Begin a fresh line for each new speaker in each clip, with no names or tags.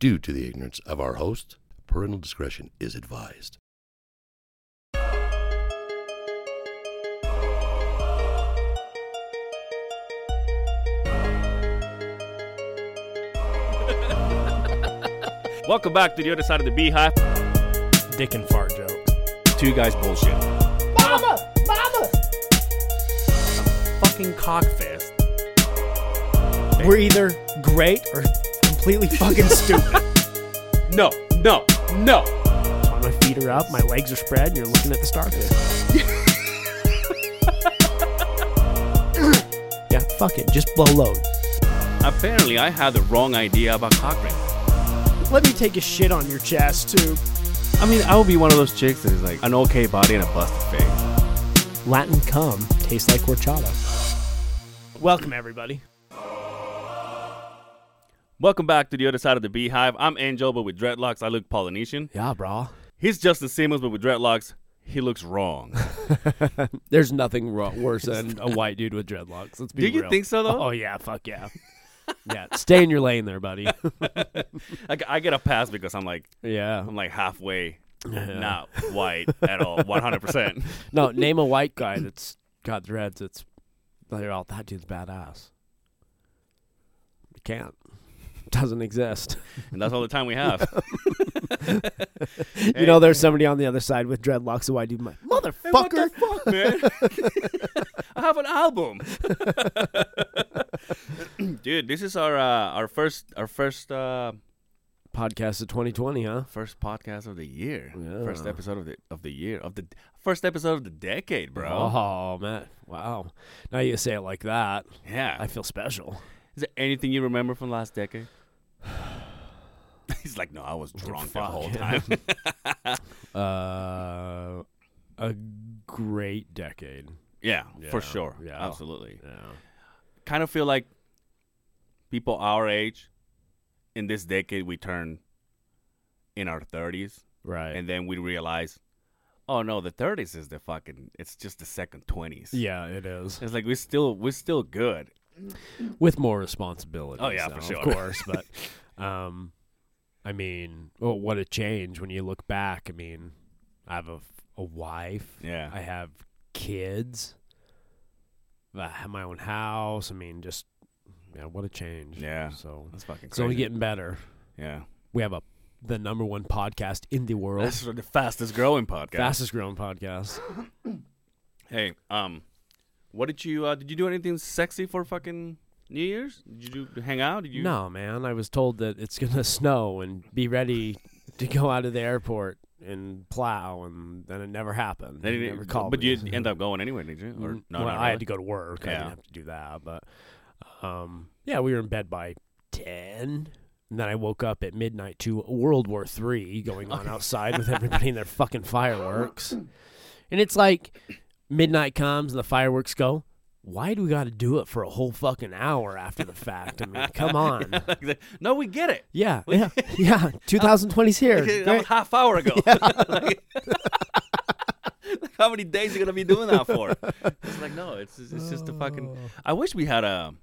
due to the ignorance of our host. Parental discretion is advised.
Welcome back to the other side of the beehive.
dick and fart joke.
Two guys bullshit.
Mama! Mama! Fucking cockfist. We're either great or completely fucking stupid.
No, no, no.
my feet are up, my legs are spread, and you're looking at the starfish. yeah, fuck it. Just blow load.
Apparently, I had the wrong idea about Cochrane.
Let me take a shit on your chest, too.
I mean, I would be one of those chicks that is like an okay body and a busted face.
Latin cum tastes like horchata. Welcome, everybody.
Welcome back to the other side of the beehive. I'm Angel, but with dreadlocks, I look Polynesian.
Yeah, brah.
He's Justin Simmons, but with dreadlocks, he looks wrong.
There's nothing wro- worse than a white dude with dreadlocks. Let's be
Do you
real.
think so, though?
Oh, yeah, fuck yeah.
Yeah, stay in your lane there, buddy.
Like, I get a pass because I'm like,
yeah.
I'm like halfway, not white at all, 100. percent
No, name a white guy that's got dreads. It's they're all that dude's badass. You can't. Doesn't exist.
And that's all the time we have.
You know, there's somebody on the other side with dreadlocks, so I do my
What
motherfucker.
the fuck, man? I have an album, dude. This is our uh, our first our first uh,
Podcast of 2020, huh?
first podcast of the year,
Yeah.
first episode of the of the year of the first episode of the decade, bro.
Oh man, wow. Now you say it like that,
Yeah.
I feel special.
Is there anything you remember from last decade? He's like, no, I was drunk the
fuck,
whole
yeah.
time.
Uh, a great decade.
yeah,
Yeah,
for sure.
yeah.
absolutely.
Yeah.
Kind of feel like people our age in this decade we turn in our thirties,
Right.
and then we realize, oh no, the thirties is the fucking. It's just the second twenties.
yeah, it is.
It's like we're still we're still good.
with more responsibility.
Oh, yeah, for sure.
of course. But um, I mean, well, what a change when you look back. I mean, I have a, f- a wife.
Yeah.
I have kids. I have my own house. I mean, just yeah, what a change.
Yeah.
So
That's fucking.
it's only
Crazy.
getting better.
yeah.
We have a the number one podcast in the world,
That's the fastest growing podcast.
fastest growing podcast.
Hey, um, what did you uh, did you do anything sexy for fucking New Year's? Did you do, hang out? Did you?
No, man. I was told that it's gonna snow and be ready to go out of the airport and plow, and then it never happened.
They
They
didn't-
never called
but
me.
you end up going anyway, did you? Or no,
Mm,
not
well, I
really?
had to go to work. I
Yeah.
didn't have to do that, but um, yeah, we were in bed by ten. And then I woke up at midnight to World War Three going on outside with everybody and their fucking fireworks. And it's like midnight comes and the fireworks go. Why do we got to do it for a whole fucking hour after the fact? I mean, come on.
Like the- no, we get it.
Yeah, yeah, yeah. 2020's here.
That
Great.
was half hour ago. like, how many days you gonna be doing that for? It's like no, it's it's it's just a fucking. I wish we had a.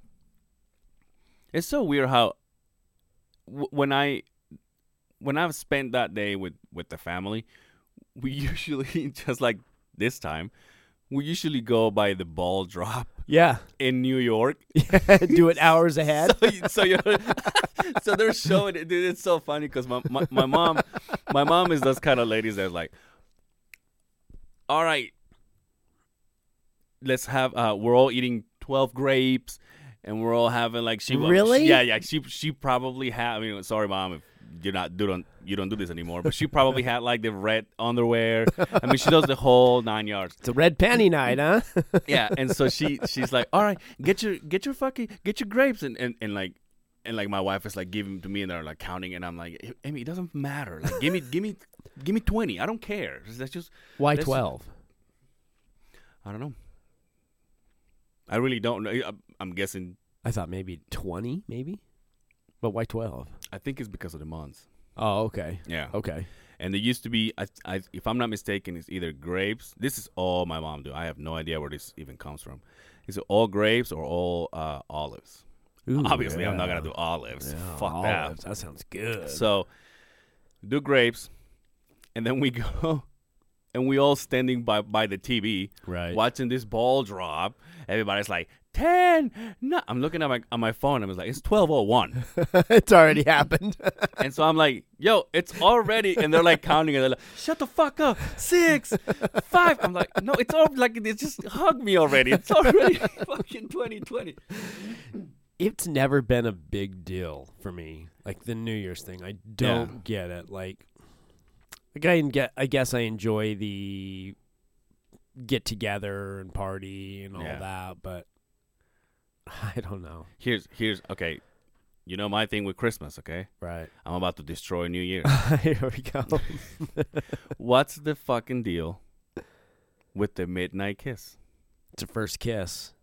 It's so weird how. W- when I, when I've spent that day with with the family, we usually just like this time, we usually go by the ball drop
Yeah,
in New York.
do it hours ahead.
So, you- so you're so they're showing it, dude. It's so funny because my, my my mom, my mom is those kind of ladies that's like, all right, let's have. Uh, we're all eating twelve grapes, and we're all having like she well, she-
Really?
yeah yeah she she probably had. I mean, sorry, mom. If, you're not do don't you don't do this anymore. But she probably had like the red underwear. I mean, she does the whole nine yards
It's a red panty night, huh?
yeah and so she she's like all right get your get your fucking get your grapes and and, and like and like my wife is like giving them to me and they're like counting and i'm like amy it doesn't matter like give me give me give me 20 i don't care that's just
Why
This-
twelve?
i don't know i really don't know I- i'm guessing
I thought maybe twenty, maybe. But why twelve?
i think it's because of the months
Oh, okay,
yeah
okay.
and there used to be I, I if i'm not mistaken it's either grapes this is all my mom do i have no idea where this even comes from is it all grapes or all uh, olives
Ooh,
Obviously, I'm not
yeah.
gonna do olives.
Yeah,
Fuck
olives. That sounds good.
that. So, do grapes, and then we go, and we all standing by by the TV
right.
watching this ball drop. Everybody's like. 10 no i'm looking at my on my phone i'm like it's 1201
it's already happened.
and so i'm like yo it's already and they're like counting and they're like shut the fuck up six five i'm like no it's all like it's just hug me already it's already fucking 2020
It's never been a big deal for me. Like the New Year's thing. I don't get it. Like like I get I guess I enjoy the get together and party and all
Yeah.
that, but I don't know.
here's here's okay you know my thing with christmas okay
Right.
i'm about to destroy new year
Here we go.
what's the fucking deal with the midnight kiss
it's a first kiss.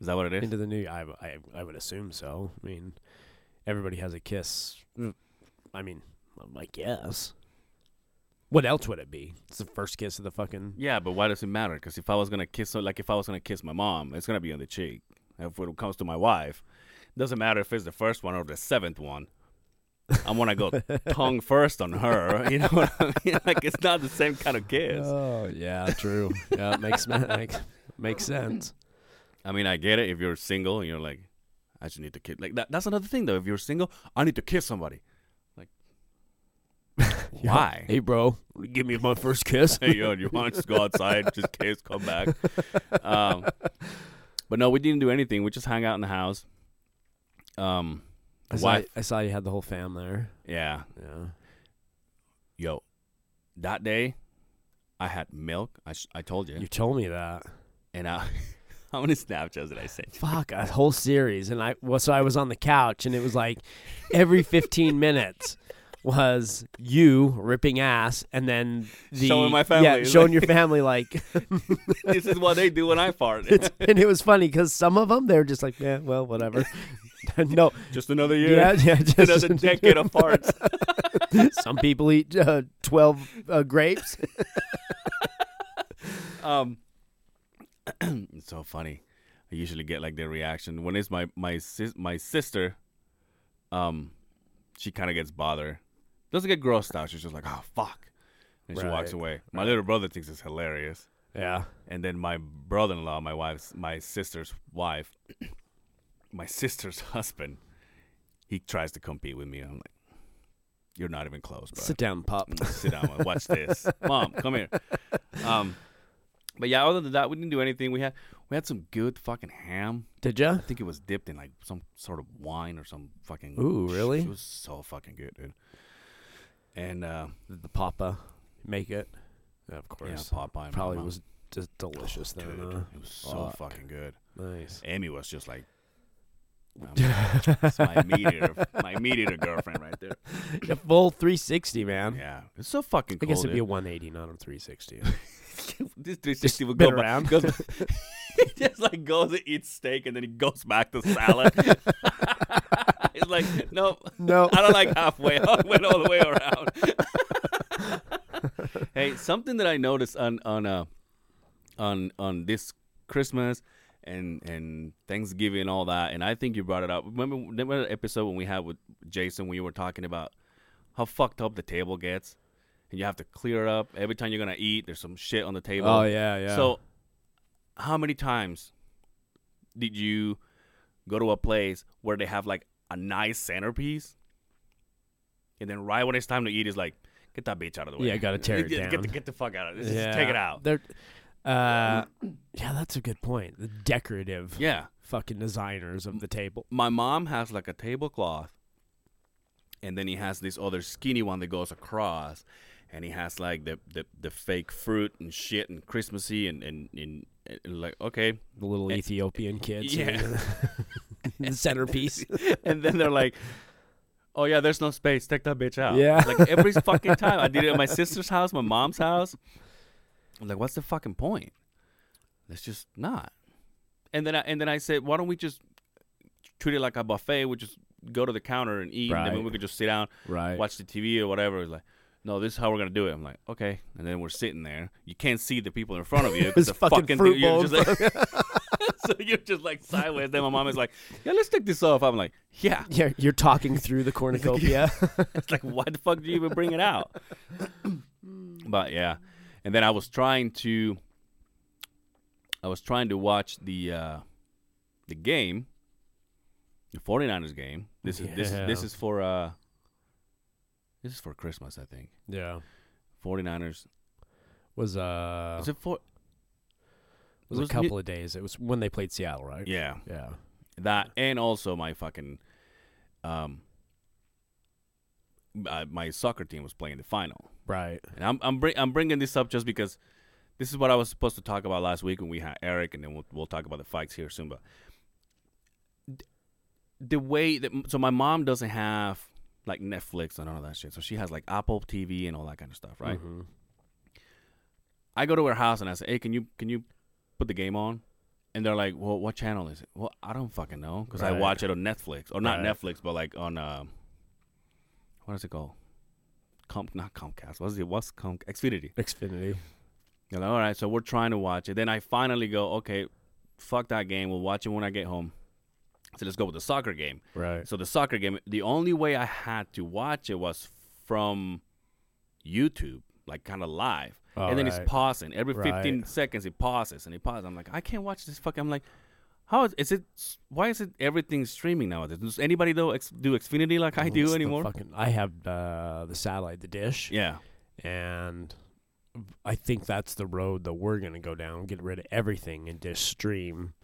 is that what it is
into the new I, I I would assume so. I mean, everybody has a kiss. I mean, I guess. What else would it be? It's the first kiss of the fucking.
yeah but why does it matter because if i was gonna kiss her like if i was gonna kiss my mom it's gonna be on the cheek if it comes to my wife doesn't matter if it's the first one or the seventh one i want to go tongue first on her you know what i mean like it's not the same kind of kiss
Oh yeah, true. yeah, it makes makes makes sense.
I mean, I get it. If you're single and you're like, I just need to kiss. Like that, that's another thing though. If you're single, I need to kiss somebody. Like, why?
Hey, bro, give me my first kiss.
Hey, yo, you want to just go outside, just kiss, come back. Um, but no, we didn't do anything. We just hung out in the house. Um,
I saw,
wife,
I saw you had the whole fam there.
yeah,
Yeah.
yo, that day, I had milk. I sh- I told you,
You told me that.
and I. How many Snapchats did I send? you?
Fuck, a whole series. And I well, so I was on the couch and it was like every 15 minutes was you ripping ass and then the
Showing my
Yeah,
family,
showing
like-
your family like
this is what they do when I fart.
it's, and it was funny cuz some of them they were just like, "Yeah, well, whatever." no.
just another year.
Yeah, yeah,
Another
just
decade of farts.
some people eat uh, 12 uh, grapes.
Um, it's so funny. I usually get like their reaction when it's my my sis- my sister. Um, she kind of gets bothered. Doesn't get grossed out. She's just like, "Oh fuck," and she walks
Right,
away. My little brother thinks it's hilarious,
Yeah.
and then my brother-in-law, my wife's, my sister's wife, my sister's husband, he tries to compete with me. I'm like, "You're not even close, bro."
Sit down, pop.
sit down and watch this. Mom, come here. Um, but yeah, other than that, we didn't do anything. We had we had some good fucking ham.
Did ya?
I think it was dipped in like some sort of wine or some fucking.
Ooh, really?
It was so fucking good, dude. And uh,
Did the papa make it? Yeah, of course.
yeah, Popeye and
Probably
Mama.
was just delicious
Dude,
then. huh?
it was so
Fuck.
fucking good.
Nice.
Amy was just like. um, It's my meteor, my meteor girlfriend right there.
A full 360, man.
Yeah, it's so fucking.
I
Cool,
guess it'd be
dude.
a 180, not a 360.
this 360 would
been
go
around.
around. Goes, he just like goes and eats steak and then he goes back to salad. He's like, no,
no.
I don't like halfway. I went all the way around. hey, something that I noticed on on uh, on on this Christmas and and Thanksgiving and all that, and I think you brought it up. Remember, remember the episode when we had with Jason when you were talking about how fucked up the table gets, and you have to clear it up every time you're gonna eat. There's some shit on the table.
Oh, yeah, yeah.
So, how many times did you go to a place where they have like a nice centerpiece, and then right when it's time to eat, it's like, get that bitch out of the way.
Yeah, gotta tear it
Get-
down.
Get the, get the fuck out of it. Just take it out.
They're, uh, yeah, that's a good point. The decorative
Yeah.
fucking designers of the table.
My mom has like a tablecloth, and then he has this other skinny one that goes across, and he has like the, the, the fake fruit and shit and Christmassy and, and, and, and like, okay,
The little
Eh,
Ethiopian kids.
yeah.
the centerpiece.
and then they're like, "Oh yeah, there's no space. Take that bitch out."
Yeah.
Like every fucking time I did it at my sister's house, my mom's house. I'm like, "What's the fucking point? Let's just not." And then I and then I said, "Why don't we just treat it like a buffet? We just go to the counter and eat, and
Right.
then we could just sit down,
right.
watch the TV or whatever." It's like. No, this is how we're gonna do it. I'm like, okay, and then we're sitting there. You can't see the people in front of you. 'cause
This
the
fucking
fucking
fruit
thing- you're
bowl
just like- so you're just like sideways. Then my mom is like, "Yeah, let's take this off." I'm like, "Yeah."
Yeah, you're talking through the cornucopia.
It's like, why the fuck do you even bring it out? but yeah, and then I was trying to, I was trying to watch the, uh the game, the 49ers game. This is this is this
Yeah.
is for uh, this is for Christmas, I think.
yeah.
49ers.
Was uh
Is it for?
was a
was
couple of days. It was when they played Seattle, right?
Yeah.
Yeah.
That and also my fucking, um, uh, my soccer team was playing the final,
Right.
and I'm I'm bring, I'm bringing this up just because this is what I was supposed to talk about last week when we had Eric, and then we'll we'll talk about the fights here soon. But d- the way that so my mom doesn't have like Netflix and all of that shit, so she has like Apple TV and all that kind of stuff, right?
Mhm.
I go to her house and I say, "Hey, can you can you put the game on?" And they're like, "Well, what channel is it?" Well, I don't fucking know because I
Right.
watch it on Netflix or not
Right.
Netflix, but like on uh, what is it called? Com not Comcast. What's it? What's Com Xfinity?
Xfinity.
They're like, All right, so we're trying to watch it. Then I finally go, "Okay, fuck that game. We'll watch it when I get home." So let's go with the soccer game.
Right.
So the soccer game, the only way I had to watch it was from YouTube, like kind of live.
Oh,
and then it's
right.
pausing. Every 15
Right.
seconds it pauses and it pauses. I'm like, I can't watch this fucking I'm like, how is, is it why is it everything streaming nowadays? Does anybody though ex, do Xfinity like I
It's
do
the
anymore?
Fucking, I have uh, the satellite, the dish,
Yeah.
and I think that's the road that we're gonna go down. Get rid of everything and just stream.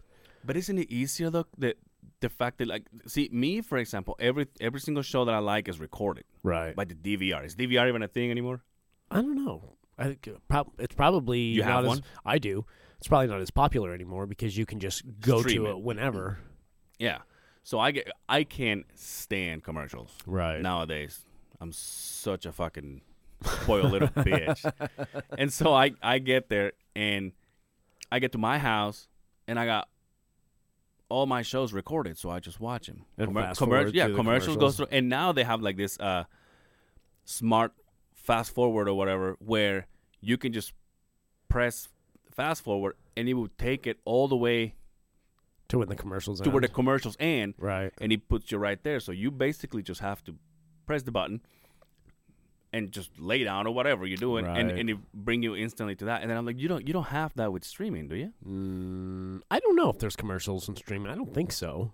But isn't it easier though that the fact that like see me for example, every every single show that I like is recorded
Right.
by the DVR. Is DVR even a thing anymore?
I don't know. I think it prob- it's probably
You
not
have
as-
one?
I do. It's probably not as popular anymore because you can just go
Stream it.
to it whenever.
Yeah. So I get I can't stand commercials.
Right.
nowadays. I'm such a fucking spoiled little bitch. And so I, I get there and I get to my house and I got all my shows recorded, so I just watch them.
And fast forward
yeah,
through the
commercials
commercials.
goes through, and now they have like this uh, smart fast forward or whatever, where you can just press fast forward and it will take it all the way
to when the commercials
to where the
end.
commercials end,
right.
and he puts you right there. So you basically just have to press the button and just lay down or whatever you're doing, and
Right.
and it bring you instantly to that. And then I'm like, you don't you don't have that with streaming, do you?
Mm, I don't know if there's commercials in streaming. I don't think so.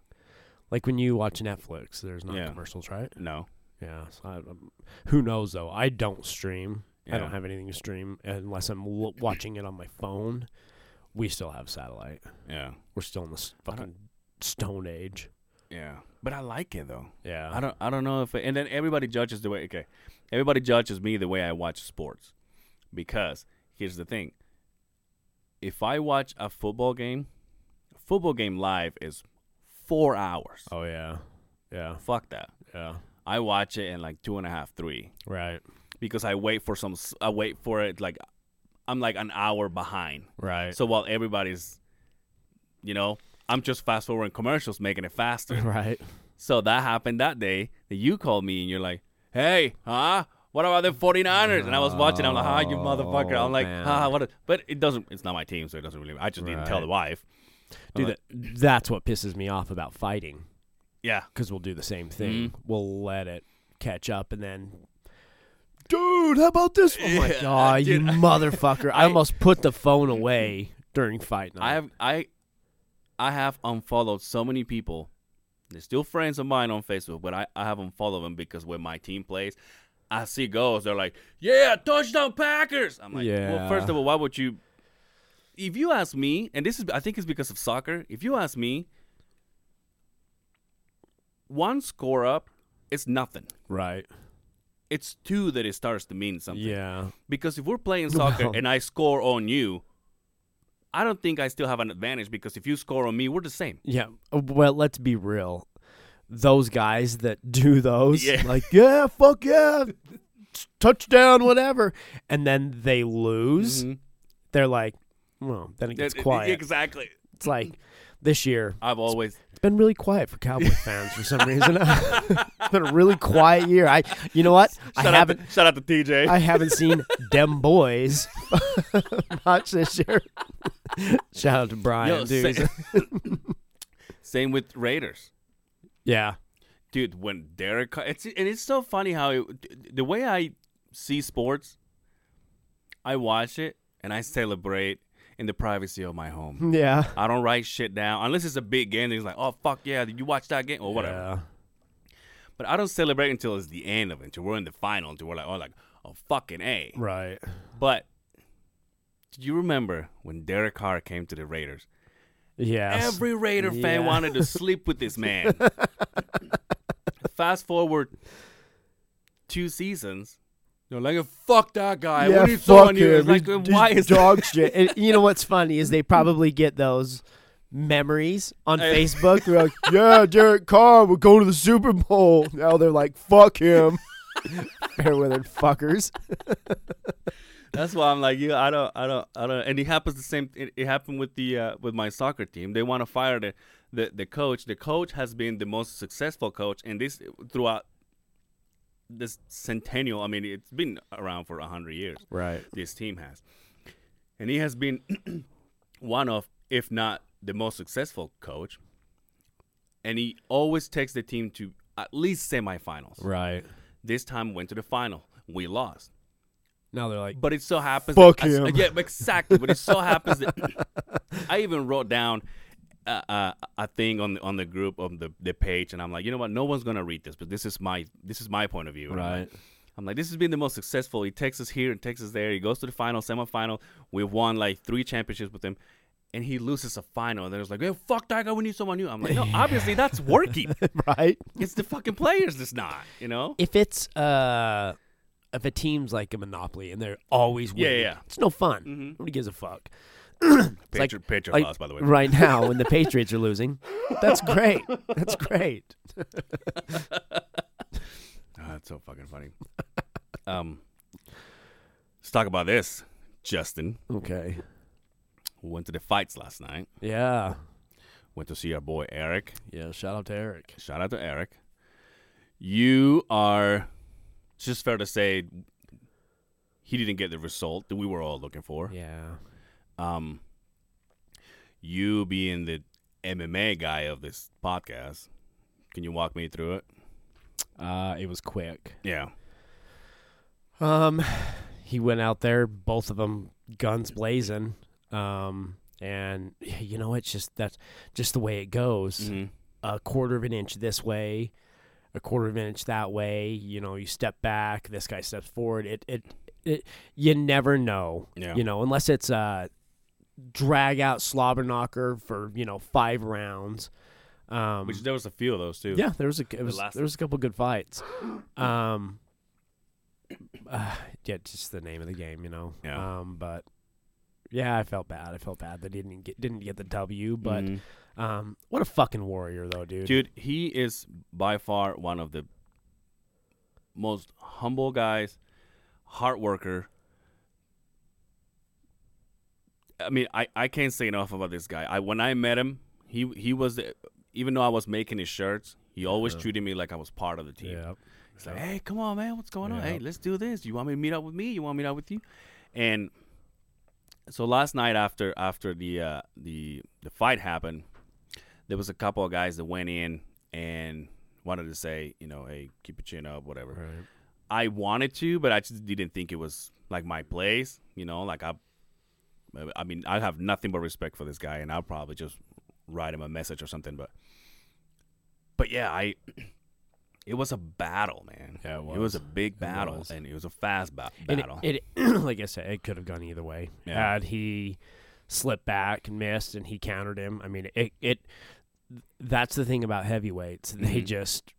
Like when you watch Netflix, there's not
Yeah.
commercials, right?
No.
Yeah. So I, um, who knows though? I don't stream. I
Yeah.
don't have anything to stream unless I'm l- watching it on my phone. We still have satellite.
Yeah.
We're still in this
I don't-
fucking stone age.
Yeah. But I like it though.
Yeah.
I don't I don't know if it, and then everybody judges the way okay. Everybody judges me the way I watch sports. Because here's the thing. If I watch a football game, football game live is 4 hours.
Oh yeah. Yeah.
Fuck that.
Yeah.
I watch it in like two and a half, three.
Right.
because I wait for some. I wait for it like I'm like an hour behind.
Right.
So while everybody's, you know, I'm just fast forwarding commercials, making it faster.
right.
so that happened that day that you called me and you're like, "Hey, huh? What about the 49ers?" And I was watching. I'm like, "Ah, you motherfucker!" I'm like,
Oh, man.
"Ah, what?" A, but it doesn't. It's not my team, so it doesn't really. I just didn't tell the wife.
Dude,
like-
that, that's what pisses me off about fighting
Yeah.
because we'll do the same thing. We'll let it catch up and then.
Dude, how about this
Oh my god, you motherfucker! I, almost put the phone away during fight night.
I have I I have unfollowed so many people. They're still friends of mine on Facebook, but I, I have unfollowed them because when my team plays, I see goals. They're like, "Yeah, touchdown Packers!" I'm like, "Well, first of all, why would you?" If you ask me, and this is I think it's because of soccer. If you ask me, one score up, it's nothing.
right.
It's two that it starts to mean something.
Yeah.
Because if we're playing soccer
Well-
and I score on you, I don't think I still have an advantage because if you score on me, we're the same.
Yeah. Uh, Well, let's be real. Those guys that do those,
Yeah.
like, yeah, fuck yeah, touchdown, whatever, and then they lose. They're like, well, then it gets
Yeah,
quiet.
Uh, Exactly.
It's like this year.
I've always
It's been really quiet for Cowboy fans for some reason. it's been a really quiet year. I, you know what? I
shout out,
haven't.
to, shout out to TJ.
I haven't seen them boys much this year. Shout out to Brian,
Yo,
dude.
sa- same with Raiders.
yeah,
dude when derek Carr- it's and it's so funny how it, the way i see sports i watch it and i celebrate in the privacy of my home
yeah,
i don't write shit down unless it's a big game then it's like oh fuck yeah did you watch that game or whatever
Yeah.
but i don't celebrate until it's the end of it until we're in the final until we're like oh like oh fucking a
Right.
but do you remember when derek carr came to the raiders
Yeah.
Every Raider fan
Yeah.
wanted to sleep with this man. Fast forward two seasons. You're like, fuck that guy.
yeah,
what are you
fuck
throwing here?
him.
Like,
He's-
why
he's
is that?
dog shit? And you know what's funny is they probably get those memories on
Hey.
Facebook. They're like, "Yeah, Derek Carr, we're going to the Super Bowl." Now they're like, "Fuck him." Fair weathered fuckers.
That's why I'm like, you. I don't, I don't, I don't. And it happens the same. It, it happened with the uh, with my soccer team. They want to fire the, the the coach. The coach has been the most successful coach in this throughout this centennial. I mean, it's been around for hundred years.
Right.
this team has. And he has been one of, if not the most successful coach. And he always takes the team to at least semifinals.
Right.
This time went to the final. We lost.
Now they're like,
But it so happens.
Fuck
that-
him.
Yeah, exactly. But it so happens that I even wrote down uh, uh, a thing on the on the group on the, the page, and I'm like, you know what? No one's gonna read this, but this is my this is my point of view. And I'm like- I'm like, this has been the most successful. He takes us here and takes us there. He goes to the final, semifinal. We've won like three championships with him. And he loses a final. And then it's like, hey, fuck that guy. We need someone new. I'm like, no, obviously that's working.
right?
it's the fucking players that's not, you know?
If it's uh, if a team's like a monopoly and they're always
Yeah,
winning,
yeah. Mm-hmm.
it's no fun. Nobody gives a fuck. like-
Patriot, Patriot
like
lost, by the way.
right now when the Patriots are losing. That's great. That's great.
Ah, that's so fucking funny. um, let's talk about this. Justin
Okay.
went to the fights last night.
Yeah.
Went to see our boy Eric.
Yeah. Shout out to Eric.
Shout out to Eric. You are, it's just fair to say, he didn't get the result that we were all looking for.
Yeah.
Um, you being the MMA guy of this podcast, can you walk me through it?
Uh, it was quick.
Yeah.
Um, he went out there, both of them guns blazing. Um, and you know, it's just that's just the way it goes.
Mm-hmm.
hmm
a quarter of an inch this way, a quarter of an inch that way. You know, you step back, this guy steps forward. It it, it you never know.
Yeah.
You know, unless it's a drag out slobber knocker for you know five rounds. Um,
Which there was a few of those too.
yeah, there was a it was,
last
there was a couple good fights. Um, uh, yeah, just the name of the game, you know.
Yeah.
Um, but yeah, I felt bad. I felt bad that he didn't get didn't get the W. But
Mhm.
um, what a fucking warrior though,
dude, he is by far one of the most humble guys, hard worker. I mean, I, I can't say enough about this guy. I when I met him, he he was the, even though I was making his shirts, he always treated me like I was part of the team.
Yeah.
It's like, hey, come on, man, what's going on? Hey, let's do this. You want me to meet up with me? You want me to meet up with you? And so last night after after the uh, the the fight happened, there was a couple of guys that went in and wanted to say, you know, hey, keep your chin up, whatever. I wanted to, but I just didn't think it was like my place. You know, like I, I mean, I have nothing but respect for this guy, and I'll probably just write him a message or something. But, but yeah, I, it was a battle, man.
Yeah, it
was
was.
a big battle,
was.
and it was a fast ba-
And
battle.
It, it like I said, it could have gone either way.
Yeah.
Had he slipped back and missed, and he countered him. I mean, it it that's the thing about heavyweights. They
Mhm.
just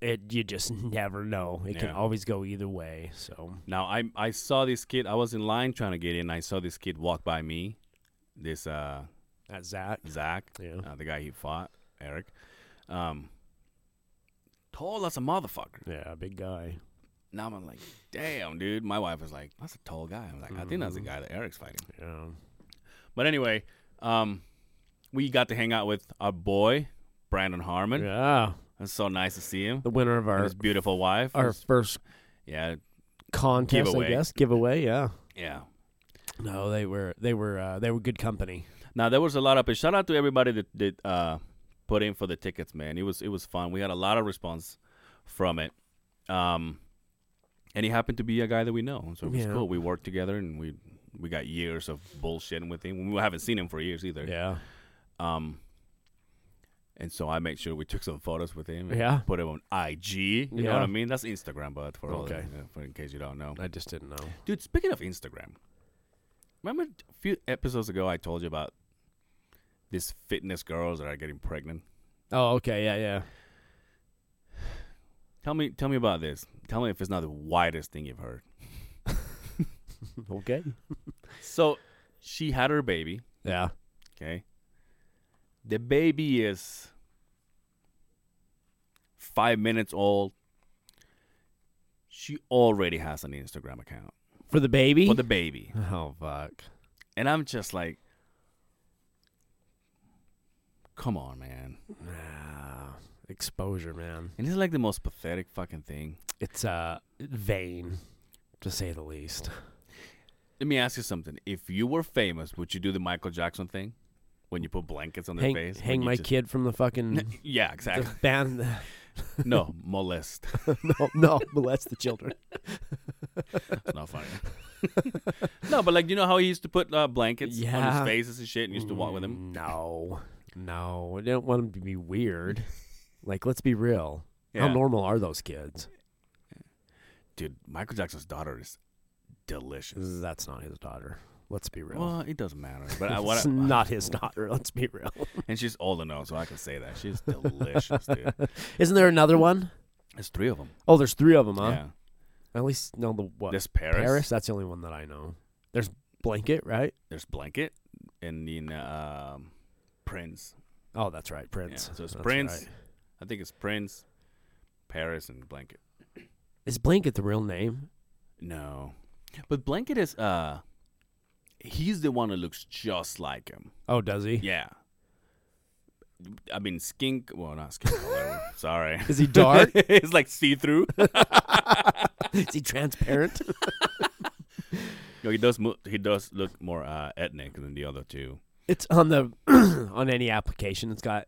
it you just never know. It can
Yeah.
always go either way. So
Now I I saw this kid. I was in line trying to get in. I saw this kid walk by me. This uh
that's Zach.
Zach,
Yeah.
uh, the guy he fought, Eric, um, tall as a motherfucker.
Yeah, big guy.
Now I'm like, damn, dude. My wife was like, that's a
Mm-hmm.
tall guy. I'm like, I think that's the guy that Eric's fighting.
Yeah.
But anyway, um, we got to hang out with our boy Brandon Harmon.
Yeah,
It's so nice to see him.
the winner of
And
our
his beautiful wife.
our
His-
first
yeah,
contest,
Giveaway.
I guess giveaway. Yeah.
yeah.
No, they were they were uh, they were good company.
Now there was a lot up. And shout out to everybody that that uh, put in for the tickets, man. It was it was fun. We had a lot of response from it. Um, and he happened to be a guy that we know, so it was
Yeah.
cool. We worked together, and we we got years of bullshitting with him. We haven't seen him for years either.
Yeah.
Um, and so I made sure we took some photos with him. and
Yeah.
Put him on IG. You know
Yeah.
what I mean? That's Instagram, but for all the-
Okay.
uh, for in case you don't know,
I just didn't know.
dude. Speaking of Instagram, remember a few episodes ago I told you about these fitness girls that are getting pregnant.
Oh, okay. Yeah, yeah.
Tell me, tell me about this. Tell me if it's not the widest thing you've heard.
Okay.
So, she had her baby.
Yeah.
Okay. The baby is five minutes old. She already has an Instagram account
For the baby.
for the baby.
oh fuck.
And I'm just like, come on, man.
Ah, exposure, man.
And it's like the most pathetic fucking thing.
It's uh vain, to say the least.
Let me ask you something. If you were famous, would you do the Michael Jackson thing? When you put blankets on their
Hang,
face? When
hang
you
my
just-
kid from the fucking
Yeah,
the
exactly.
band.
no, molest.
no, no, molest the children.
It's not funny. no, but like you know how he used to put uh, blankets on his
Yeah. Mm.
faces and shit, and used to walk with him.
No, no, I don't want him to be weird. Like, let's be real. How
Yeah.
normal are those kids?
Dude, Michael Jackson's daughter is delicious.
That's not his daughter. Let's be real.
Well, it doesn't matter. But uh, I want
it's not his daughter. Let's be real.
and she's old enough, so I can say that she's delicious, dude.
Isn't there another one?
There's three of them.
Oh, there's three of them, huh?
Yeah,
At least no, the what?
there's Paris,
Paris. That's the only one that I know. There's blanket, right?
there's Blanket, and then uh, um, Prince.
Oh, that's right,
Yeah,
Prince.
so it's
That's
Prince.
right.
I think it's Prince, Paris, and Blanket.
Is blanket the real name?
No, but Blanket is uh, he's the one that looks just like him.
Oh, does he?
Yeah. I mean, skink. Well, not skink. color, Sorry.
Is he dark?
it's like see through.
Is he transparent?
No, he does. Mo- he does look more uh, ethnic than the other two.
it's on the on any application. It's got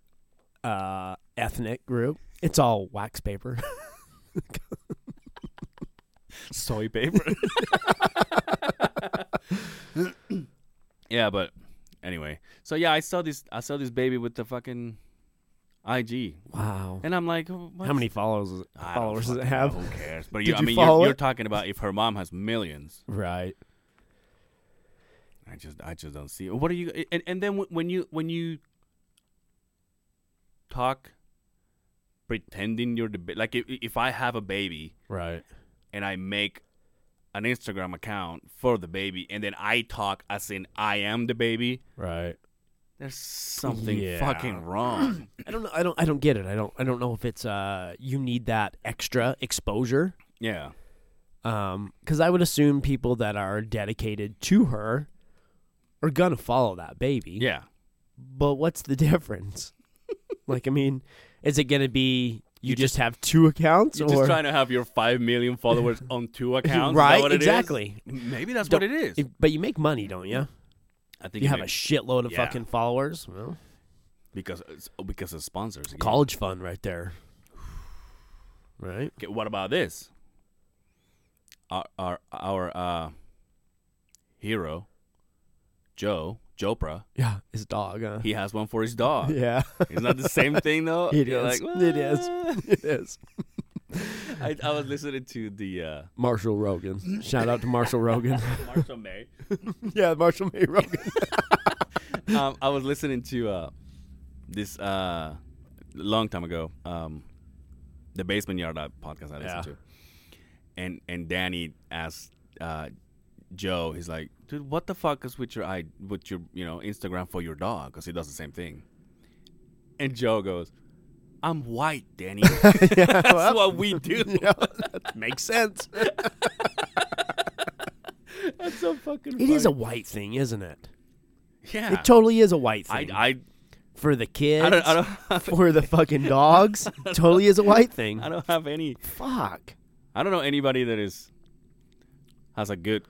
uh, ethnic group. It's all wax paper.
Soy paper. yeah, but anyway. So yeah, I saw this. I saw this baby with the fucking IG,
Wow.
and I'm like, what?
How many followers
I don't
followers does it
fucking
have?
know, Who cares? But
Did
you, I
you
mean,
follow
you're,
it?
you're talking about if her mom has millions.
Right.
I just I just don't see it. What are you and, and then wh- when you when you talk pretending you're the ba- like if, if I have a baby
Right.
and I make an Instagram account for the baby and then I talk as in I am the baby
Right.
there's something
Yeah.
fucking wrong.
I don't know. I don't. I don't get it. I don't. I don't know if it's uh you need that extra exposure.
yeah.
Um, because I would assume people that are dedicated to her are gonna follow that baby.
Yeah.
But what's the difference? like, I mean, is it gonna be you,
You
just, have two accounts,
You're
or
just trying to have your 5 million followers on two accounts. Is that
right?
what it is?
exactly.
Maybe that's
Don't-
what it is.
If- but you make money, don't you?
I think
You
it
have a
may-
shitload of
Yeah.
fucking followers. Well,
because it's- oh, because of sponsors. again.
college fund right there. Right.
Okay, what about this? Our our our uh, hero, Joe Jopra.
Yeah. His dog. Huh?
He has one for his dog.
yeah.
Isn't that the same thing though?
It
You're
is.
like,
It is.
"What?"
it is.
I, I was listening to the uh,
Marshall Rogan. Shout out to Marshall Rogan.
Marshall May.
yeah, Marshall May Rogan.
Um, I was listening to uh, this uh, long time ago. Um, the Basement Yard uh, podcast I listened
Yeah.
to, and and Danny asked uh, Joe, he's like, "Dude, what the fuck is with your i with your you know Instagram for your dog? Because he does the same thing." And Joe goes, "I'm white, Danny. That's what we do."
Makes sense.
That's so fucking.
It is a white thing, isn't it?
yeah.
It totally is a white
Ah. I
thing.
I
for the kids,
I don't, I don't, have,
for the fucking dogs. totally is a white thing.
I don't have any.
Fuck.
I don't know anybody that is has a good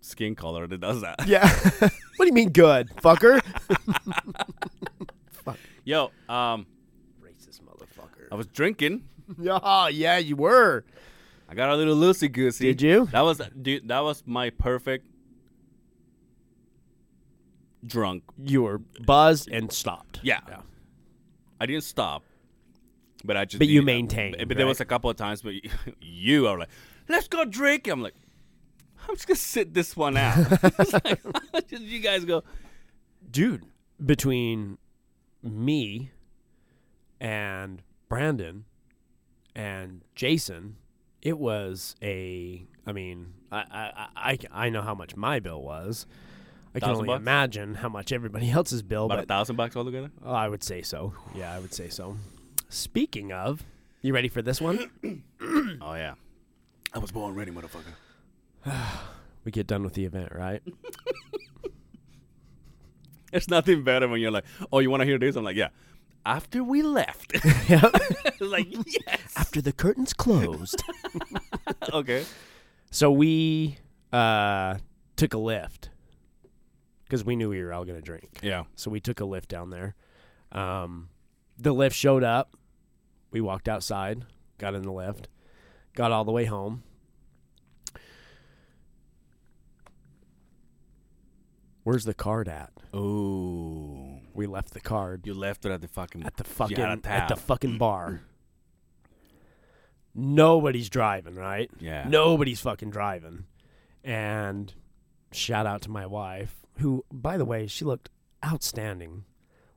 skin color that does that.
Yeah. what do you mean good, fucker?
Yo, um,
Racist
I
motherfucker.
was drinking.
Yeah, yeah, you were.
I got a little loosey goosey.
Did you?
That was dude. That was my perfect drunk.
You were buzzed and stopped.
Yeah. I didn't stop, but I just.
But you
needed-
maintained,
But, but there was a couple of times, but you, you are like, "Let's go drink." I'm like, I'm just gonna sit this one out. It's like, you guys go.
dude, between me and Brandon and Jason, it was a. I mean, I I I, I know how much my bill was. I can
Thousand
only
bucks?
imagine how much everybody else's bill,
About a
but
thousand bucks altogether.
oh, I would say so. Yeah, I would say so. Speaking of, you ready for this one?
Oh yeah. I was born ready, motherfucker.
We get done with the event, right?
It's nothing better when you're like, "Oh, you want to hear this?" I'm like, "Yeah." After we left,
yep.
like, yes.
After the curtains closed.
okay.
So we uh, took a lift because we knew we were all going to drink.
Yeah.
So we took a lift down there. Um, the lift showed up. We walked outside, got in the lift, got all the way home. Where's the card at?
Oh.
We left the card
You left it at the fucking
at the
you had a
fucking at
tab.
the fucking bar. Nobody's driving, right?
yeah.
Nobody's fucking driving. And shout out to my wife, who, by the way, she looked outstanding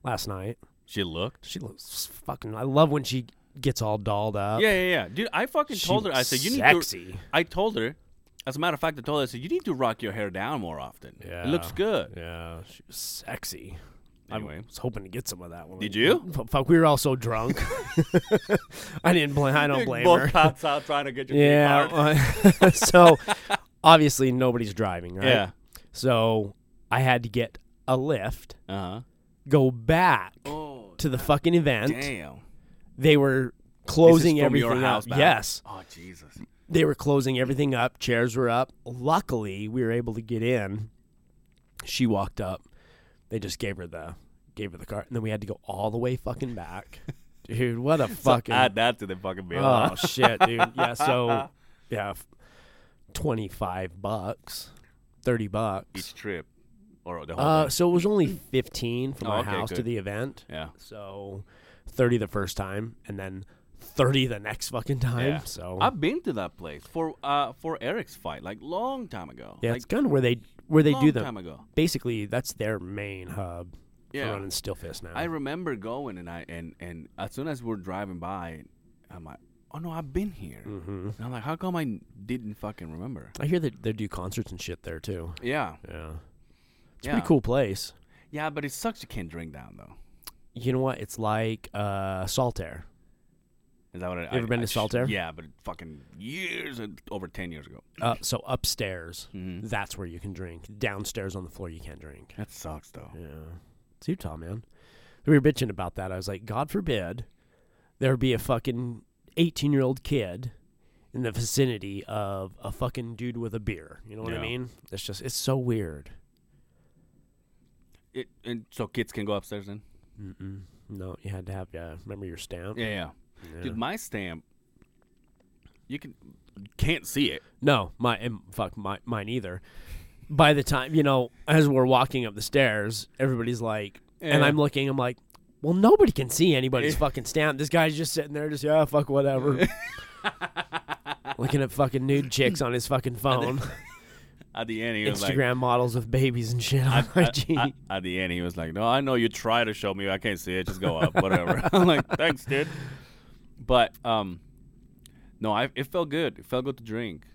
last night.
She looked.
She looks fucking. I love when she gets all dolled up.
Yeah, yeah, yeah. Dude, I fucking
She
told her. I
looks
said you need to.
sexy.
I told her. As a matter of fact, I told her. I said you need to rock your hair down more often.
Yeah.
It looks good.
Yeah, she was sexy. I
Anyway.
was hoping to get some of that one.
Did you?
F- fuck, we were all so drunk. I didn't blame. I don't blame
Both
her.
cops out trying to get your
Yeah.
card.
uh, so obviously nobody's driving, right?
Yeah.
So I had to get a lift,
Uh huh.
go back
Oh
to the fucking event.
damn.
They were
This is
closing
from
everything
your house
up.
back.
Yes,
Oh Jesus.
they were closing everything up. Chairs were up. Luckily, we were able to get in. She walked up. They just gave her the gave her the cart, and then we had to go all the way fucking back. Dude, what a fucking
Add that to the fucking bill.
Oh shit, dude. Yeah, so yeah, twenty five bucks, thirty bucks.
Each trip, or the whole.
Uh,
thing.
so it was only fifteen from
Oh,
our
okay,
house to
good.
the event.
yeah.
So thirty the first time, and then thirty the next fucking time.
Yeah.
So
I've been to that place for uh for Eric's fight like long time ago.
yeah,
like,
it's kind of where they where they
long
do them.
time ago.
Basically, that's their main hub.
Yeah.
for running still fist now.
I remember going and I and and as soon as we're driving by, I'm like, oh no, I've been here.
hmm
And I'm like, how come I didn't fucking remember?
I hear that they do concerts and shit there too.
Yeah,
Yeah, it's a
yeah.
pretty cool place.
Yeah, but it sucks you can't drink down though.
You know what? It's like uh, Saltaire.
Is that what? You
ever been to Saltaire?
Yeah, but fucking years over ten years ago.
Uh, so upstairs,
Mhm.
that's where you can drink. Downstairs on the floor, you can't drink.
That sucks though.
Yeah, it's Utah, man. We were bitching about that. I was like, God forbid there be a fucking eighteen-year-old kid in the vicinity of a fucking dude with a beer. You know what I
Yeah.
mean? It's just, it's so weird.
It, and so kids can go upstairs then.
Mm-mm. No, you had to have, uh, remember your stamp?
Yeah, yeah.
Yeah.
Dude, my stamp. You can can't see it.
No, my and fuck my mine either. By the time you know, as we're walking up the stairs, everybody's like, and
Yeah.
I'm looking, I'm like, well, nobody can see anybody's
Yeah.
fucking stamp. This guy's just sitting there, just yeah, fuck whatever, looking at fucking nude chicks on his fucking phone,
At the end, he was like,
Instagram models with babies and shit on
I-
IG.
I- at the end, he was like, "No, I know you try to show me. I can't see it. Just go up, whatever." I'm like, "Thanks, dude." But um, no, I it felt good. It felt good to drink.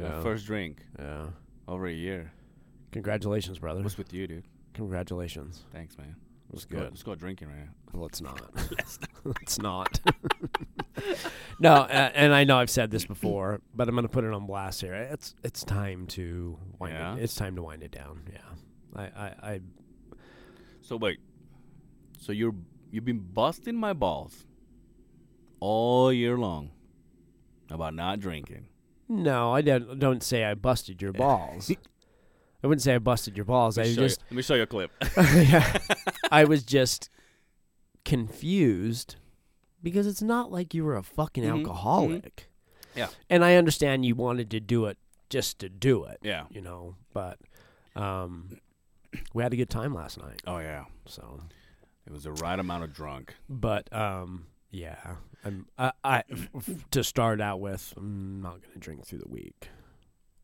My
Yeah.
first drink
yeah,
over a year.
congratulations, brother.
What's with you, dude?
Congratulations.
Thanks, man.
It was
Let's go,
good.
let's go drinking right now.
Let's not. Let's not. no, uh, and I know I've said this before, but I'm going to put it on blast here. It's it's time to wind
Yeah?
it. It's time to wind it down. Yeah. I I, I
So wait, So you're you've been busting my balls all year long about not drinking.
No, I don't, don't say I busted your balls. I wouldn't say I busted your balls. I
Let me show you-
just
let me show you a clip.
yeah. I was just confused because it's not like you were a fucking
Mhm,
alcoholic.
Yeah.
And I understand you wanted to do it just to do it,
yeah.
you know, but um we had a good time last night.
Oh yeah.
So,
It was the right amount of drunk.
but um yeah, I'm I, I to start out with, I'm not going to drink through the week.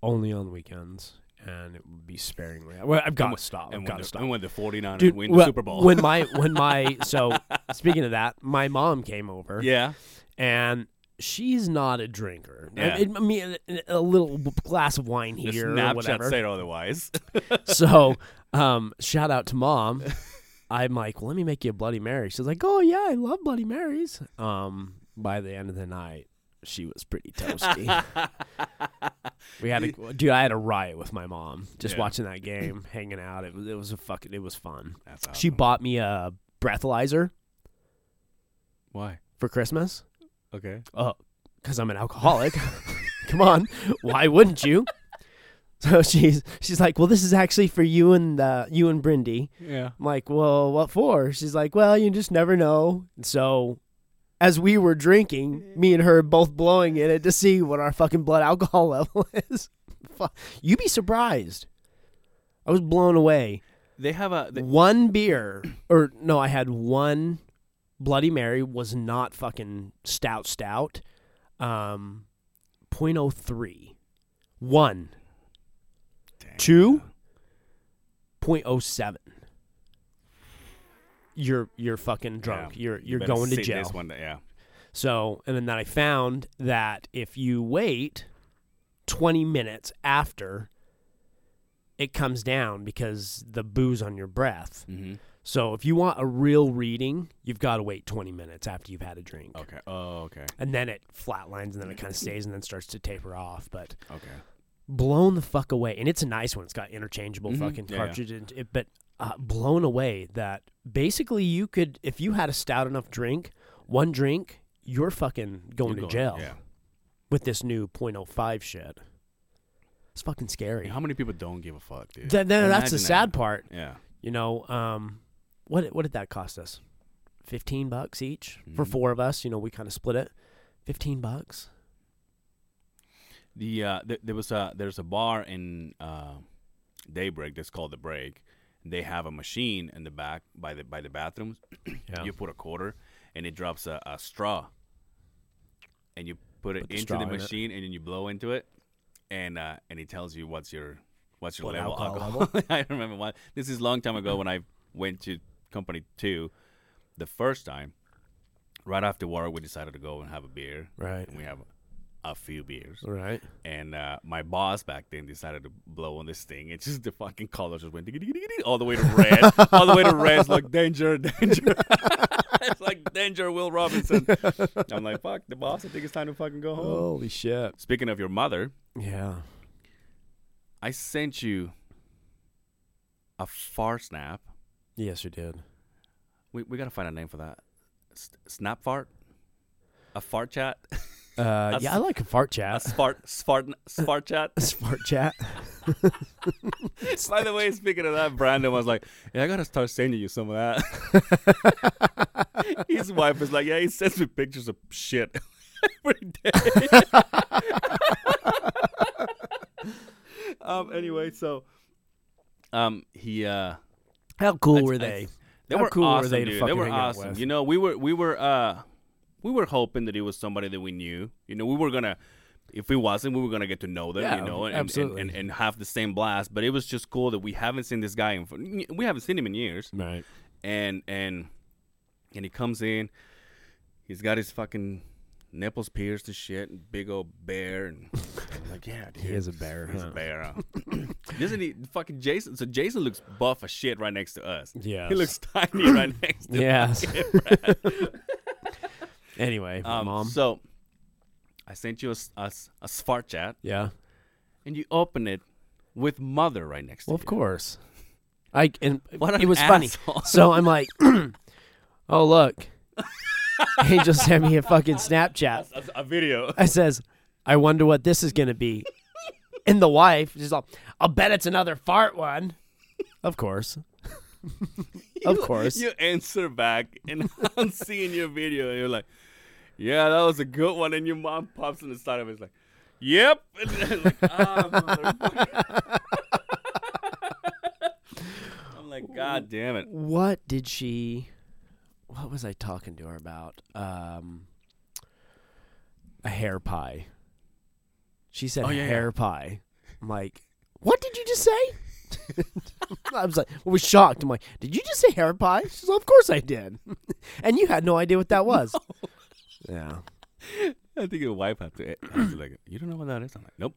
Only on weekends and it would be sparingly. Well, I've got to stop. I've
And
got
when
to
the,
stop.
and when the 49ers
Dude,
win
well,
the Super Bowl.
when my when my so speaking of that, my mom came over
yeah.
and she's not a drinker.
Yeah.
I, I mean, a, a little glass of wine
The
here or
Snapchat
whatever.
said otherwise.
So, um, shout out to mom. I'm like, well, let me make you a Bloody Mary. She's like, oh yeah, I love Bloody Marys. Um, by the end of the night, she was pretty toasty. we had a dude. I had a riot with my mom just
Yeah.
watching that game, hanging out. It was it was a fucking it was fun.
That's awesome.
She bought me a breathalyzer
Why?
for Christmas
Okay.
because I'm an alcoholic. Come on, why wouldn't you? So she's she's like, well, this is actually for you and uh, you and Brindy.
Yeah.
I'm like, well, what for? She's like, well, you just never know. And so, as we were drinking, me and her both blowing in it to see what our fucking blood alcohol level is. Fuck. You'd be surprised. I was blown away.
They have a they,
one beer, or no, I had one Bloody Mary was not fucking stout stout. Um, 0.03. One. Two. 0.07. You're you're fucking drunk.
Yeah.
You're
you
you're
better
going to
sit
jail.
This one, yeah.
So, and then that I found that if you wait 20 minutes after, it comes down because the booze on your breath.
Mm-hmm.
So, if you want a real reading, you've got to wait 20 minutes after you've had a drink.
Okay. Oh, okay.
And then it flatlines and then it kind of stays and then starts to taper off. But
Okay.
blown the fuck away. And it's a nice one. It's got interchangeable
Mhm.
fucking
Yeah, yeah.
cartridge. in It, but uh, blown away that basically you could, if you had a stout enough drink, one drink, you're fucking going to
You're
jail
Yeah.
with this new .05 shit. It's fucking scary.
And How many people don't give a fuck, dude?
Th- th- that's
Imagine
the sad
that.
part.
Yeah.
You know, um, what what did that cost us? Fifteen bucks each for
Mhm.
four of us. You know, we kind of split it. Fifteen bucks.
The uh, th- there was a there's a bar in uh, Daybreak that's called the Break. They have a machine in the back by the by the bathrooms.
Yeah.
You put a quarter, and it drops a, a straw. And you put it
Put the
into
straw
the
in it.
machine, and then you blow into it, and uh, and it tells you what's your what's your
Blood
level
alcohol
I remember one. This is a long time ago when I went to Company Two, the first time. Right after work, we decided to go and have a beer.
Right.
And we have a few beers
Right.
and uh, my boss back then decided to blow on this thing. It's just the fucking colors just went ding-a-ding-a-ding-a-ding all the way to red, all the way to red. It's like danger, danger. it's like danger, Will Robinson. I'm like, fuck the boss. I think it's time to fucking go home.
Holy shit.
Speaking of your mother,
Yeah.
I sent you a far snap.
Yes, you did.
We we gotta find a name for that. S- snap fart, a fart chat,
Uh,
That's-
yeah, I like a fart
a
chat.
spart spart spart chat.
Fart chat.
By the way, speaking of that, Brandon was like, "Yeah, I gotta start sending you some of that." His wife is like, "Yeah, he sends me pictures of shit every day." um. Anyway, so, um, he uh,
How cool
I-
were
I-
they?
they
How
were
cool were
awesome,
they to
dude. They
fucking
were
hang out
awesome.
with?
You know, we were we were uh, we were hoping that it was somebody that we knew. You know, we were gonna. If we wasn't, we were gonna get to know them,
Yeah,
you know, and, and-
absolutely.
and, and have the same blast. But it was just cool that we haven't seen this guy in we haven't seen him in years,
Right.
and and and he comes in, he's got his fucking nipples pierced and shit, and big old bear, and I'm like yeah, dude,
He is a bear.
he's a
huh?
bear. huh? Doesn't he fucking Jason? So Jason looks buff as shit right next to us.
Yes.
He looks tiny right next to
Yes.
fucking Brad.
Anyway,
Um,
mom.
So I sent you a, s- a s- a Sfart chat
yeah.
and you open it with mother right next
Well,
to
of
you.
course. I and
What an
it was
asshole.
funny. So I'm like, Oh look, Angel sent me a fucking Snapchat.
That's a video.
I says, I wonder what this is gonna be. And the wife she's all, I'll bet it's another fart one. Of course. of course.
You answer back, and I'm seeing your video, and you're like, "Yeah, that was a good one." And your mom pops on the side of it, it's like, "Yep." And then, like, ah, motherfucker. I'm like, "God damn it!"
what did she what was I talking to her about? Um a hair pie. She said
Oh, yeah,
hair pie. I'm like, what did you just say? I was like, I was shocked. I'm like, did you just say hair pie? She's like, of course I did. and you had no idea what that was. Yeah.
I think your wife had to, eh, had to like, "You don't know what that is?" I'm like, "Nope."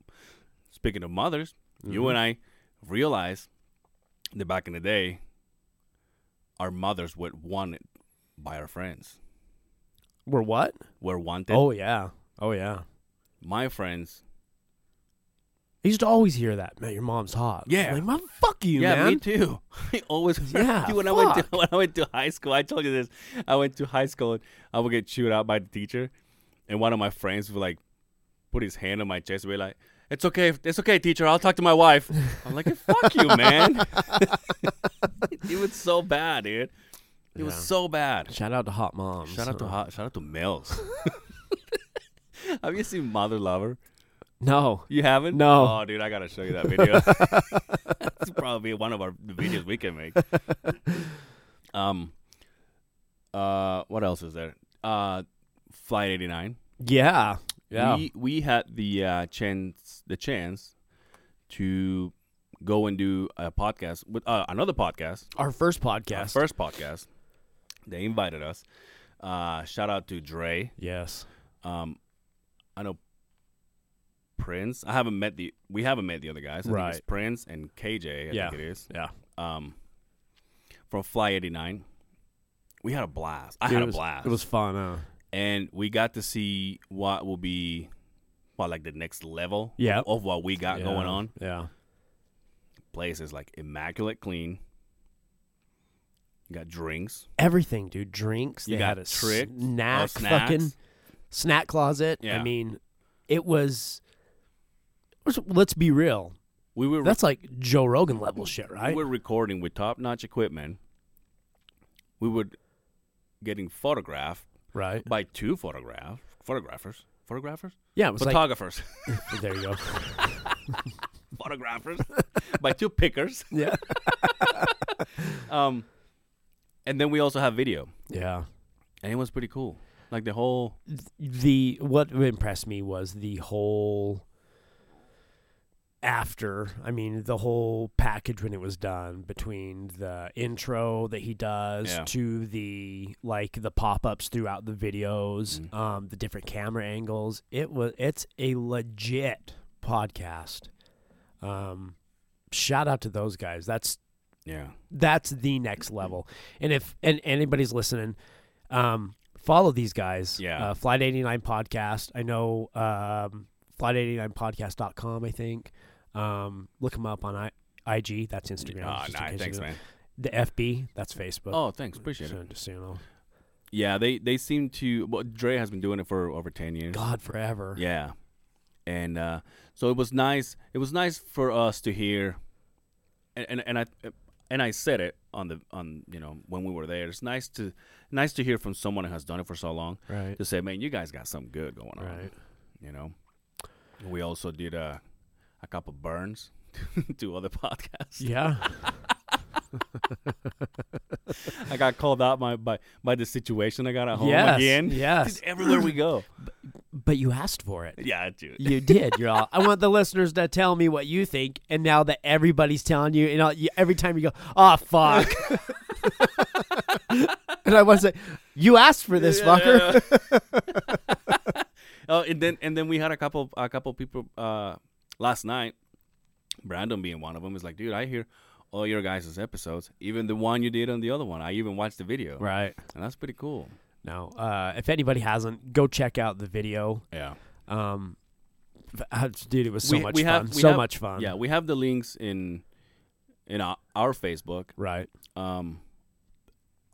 Speaking of mothers, you and I realized that back in the day, our mothers were wanted by our friends.
We're what?
Were wanted.
oh yeah. Oh yeah.
My friends
I used to always hear that. Man, your mom's hot.
Yeah.
I'm like, "Mom, fuck you,
yeah,
man.
me too. I always
Yeah,
Dude, when I went
fuck.
to when I went to high school, I told you this. I went to high school and I would get chewed out by the teacher, and one of my friends would like put his hand on my chest and be like, "It's okay, it's okay, teacher. I'll talk to my wife." I'm like, "Fuck you, man." it was so bad, dude. It was
Yeah.
so bad.
Shout out to hot moms.
Shout out to
huh?
hot, shout out to males. Have you seen Mother Lover?
No.
You haven't?
No.
Oh, dude, I gotta show you that video. it's probably one of our the videos we can make. Um, uh, what else is there? Uh, Flight 89.
Yeah. Yeah.
We we had the uh, chance the chance to go and do a podcast with uh, another podcast.
Our first
Our
podcast.
first podcast. They invited us. Uh, shout out to Dre.
Yes.
Um, I know Prince. I haven't met the we haven't met the other guys. I think
Right.
it's Prince and KJ. I
Yeah.
think it is.
Yeah.
Um, from Fly eighty nine, we had a blast. I
Dude,
had
it
a
was,
blast.
It was fun, huh?
uh, and we got to see what will be, what like the next level.
Yeah.
Of what we got going
Yeah.
on.
Yeah.
Place is like immaculate clean. You got drinks.
Everything, dude. Drinks.
You
they
got
had a
trick- oh,
snack
snacks.
fucking snack closet.
Yeah.
I mean, it was, it was- let's be real.
We were
That's like Joe Rogan level shit, right?
We were recording with top notch equipment. We were getting photographed
right.
by two photograph photographers. Photographers?
Yeah, it was like
Photographers.
there you go.
photographers. by two pickers.
yeah.
Um and then we also have video.
Yeah.
And it was pretty cool. Like the whole
the what impressed me was the whole after i mean the whole package when it was done between the intro that he does
Yeah.
to the like the pop-ups throughout the videos
Mhm.
um the different camera angles it was it's a legit podcast um shout out to those guys that's
Yeah.
that's the next level. And if and anybody's listening, um, follow these guys.
Yeah.
Uh, Flight 89 podcast. I know um, flight89podcast.com, I think. Um, look them up on I- IG. That's Instagram.
Oh,
just in
nah,
case you
thanks,
don't-
man.
The FB. That's Facebook.
Oh, thanks. Appreciate
So
it.
just so you know.
Yeah, they they seem to well, Dre has been doing it for over ten years.
God forever.
Yeah. And uh, so it was nice. It was nice for us to hear, and, and and I and I said it on the on you know when we were there. It's nice to nice to hear from someone who has done it for so long
Right.
to say, man, you guys got something good going on.
Right.
You know, we also did uh, a couple burns to other podcasts.
Yeah.
I got called out by by, by the situation I got at home
yes.
again.
Yes.
Dude, everywhere we go.
But you asked for it.
Yeah, dude.
You did. You're all. I want the listeners to tell me what you think, and now that everybody's telling you, and all, you, every time you go, "Oh fuck," and I want to say, "You asked for this, fucker."
oh, and then and then we had a couple a couple people uh, last night. Brandon being one of them is like, dude, I hear all your guys' episodes, even the one you did on the other one. I even watched the video,
Right.
and that's pretty cool.
No. Uh, if anybody hasn't, go check out the video.
Yeah,
Um, f- uh, dude, it was so
We-
much
we have-
fun.
we
so
have-
much fun.
yeah. We have the links in in our, our Facebook,
Right.
um,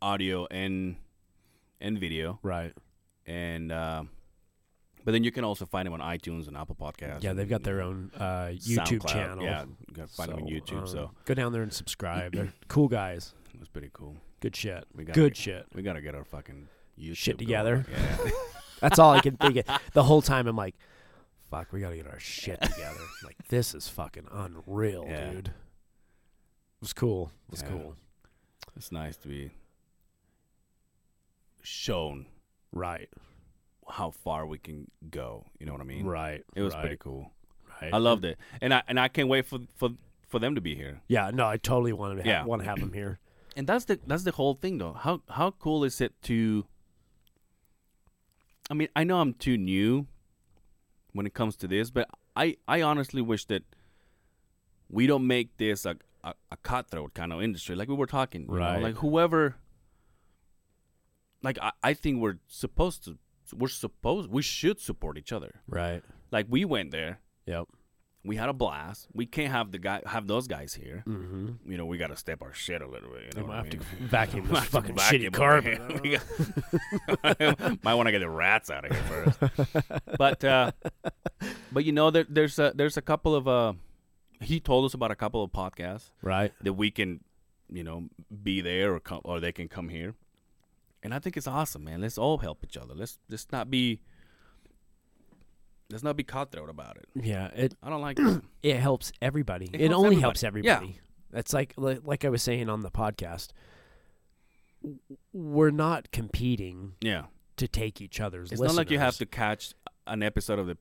audio and and video,
Right.
and uh, but then you can also find them on iTunes and Apple Podcasts.
Yeah, they've got their own uh, YouTube
SoundCloud.
channel.
Yeah, you can find them on YouTube.
um,
so
go down there and subscribe. They're cool guys.
it's pretty cool.
Good shit.
We gotta
Good
get-
shit.
We gotta get our fucking YouTube
Shit
going.
together.
Yeah.
That's all I can think of. The whole time I'm like, fuck, we got to get our shit together. like, this is fucking unreal,
Yeah.
dude. It was cool. It was
Yeah.
cool.
it's nice to be shown
Right.
how far we can go. You know what I mean?
Right.
It was
right,
pretty cool.
Right.
I loved it, and I and I can't wait for for for them to be here.
Yeah, no, I totally want to ha-
Yeah.
want to have them here.
And that's the that's the whole thing though. How how cool is it to I mean, I know I'm too new when it comes to this, but I I honestly wish that we don't make this a a, a cutthroat kind of industry like we were talking, you know?
Right.
Like whoever like I, I think we're supposed to we're supposed we should support each other.
Right.
Like we went there,
Yep.
we had a blast. We can't have the guy have those guys here.
Mm-hmm.
You know, we got to step our shit a little bit. You know
I
what
might
I
have to
mean?
vacuum this
Might
fucking
have to
shitty
vacuum up here.
carpet.
We got- Might want to get the rats out of here first. but uh, but you know there, there's a there's a couple of uh, he told us about a couple of podcasts
Right.
that we can you know be there or come or they can come here, and I think it's awesome, man. Let's all help each other. Let's let's not be let's not be cutthroat about it.
Yeah. It
I don't like it.
it helps everybody. It,
helps
only
everybody.
helps
Yeah.
everybody. That's like li- like I was saying on the podcast. w- We're not competing
yeah.
to take each other's.
It's not like you have to
listeners.
catch an episode of the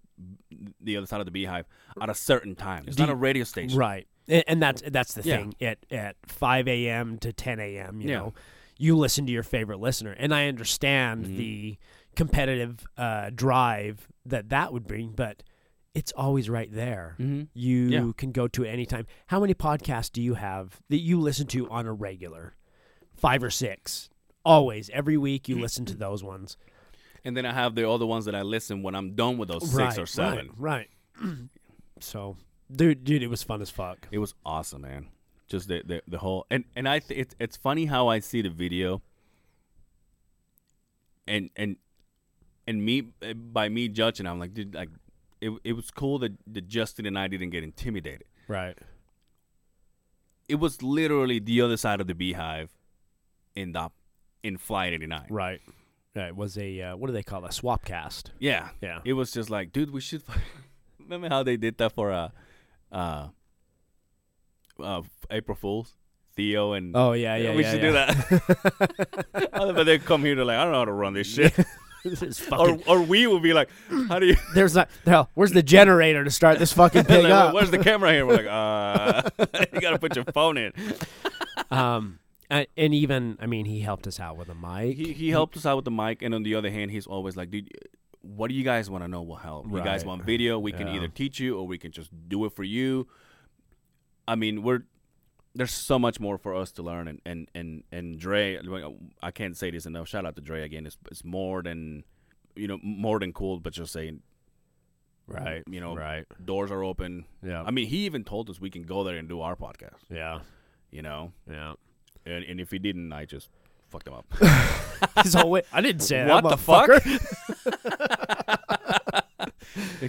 the other side of the beehive at a certain time. It's
Do
not a
you-
radio station.
right? A- And that's that's the
Yeah.
thing. At at five a.m. to ten a.m. You
Yeah.
know, you listen to your favorite listener, and I understand
Mm-hmm.
the competitive uh, drive that that would bring, but it's always right there.
Mhm.
You
Yeah.
can go to it anytime. How many podcasts do you have that you listen to on a regular? Five or six. Always, every week you listen to those ones.
And then I have the other ones that I listen when I'm done with those six or seven.
Right. so, dude, dude, it was fun as fuck.
It was awesome, man. Just the the, the whole and and I th- it's it's funny how I see the video. And and and me uh, by me judging, I'm like, dude, like, it it was cool that, that Justin and I didn't get intimidated.
Right.
It was literally the other side of the beehive, in the in Flight 89.
Right. Yeah, it was a uh, what do they call it? a swap cast?
Yeah.
Yeah.
It was just like, dude, we should. Remember how they did that for uh, uh, uh, April Fools, Theo and
Oh yeah, yeah.
we should do that. Other but they come here to like, I don't know how to run this shit,
this is
or
fucking.
or we will be like, how do you?
there's not. Hell, where's the generator to start this fucking
Like,
thing up?
Where's the camera here? We're like, uh, you gotta put your phone in.
Um, and, and even I mean, he helped us out with a mic.
He he helped us out with the mic, and on the other hand, he's always like, dude. What do you guys want to know? Will help. You guys
Right.
want video? We can
Yeah.
either teach you or we can just do it for you. I mean, we're there's so much more for us to learn, and and and and Dre, I can't say this enough. Shout out to Dre again. It's it's more than you know, more than cool, but just saying
right.
you know,
Right.
doors are open.
Yeah.
I mean, he even told us we can go there and do our podcast.
yeah.
You know,
Yeah.
and and if he didn't, I just fucked him up.
His whole way. I didn't say that.
What the
motherfucker.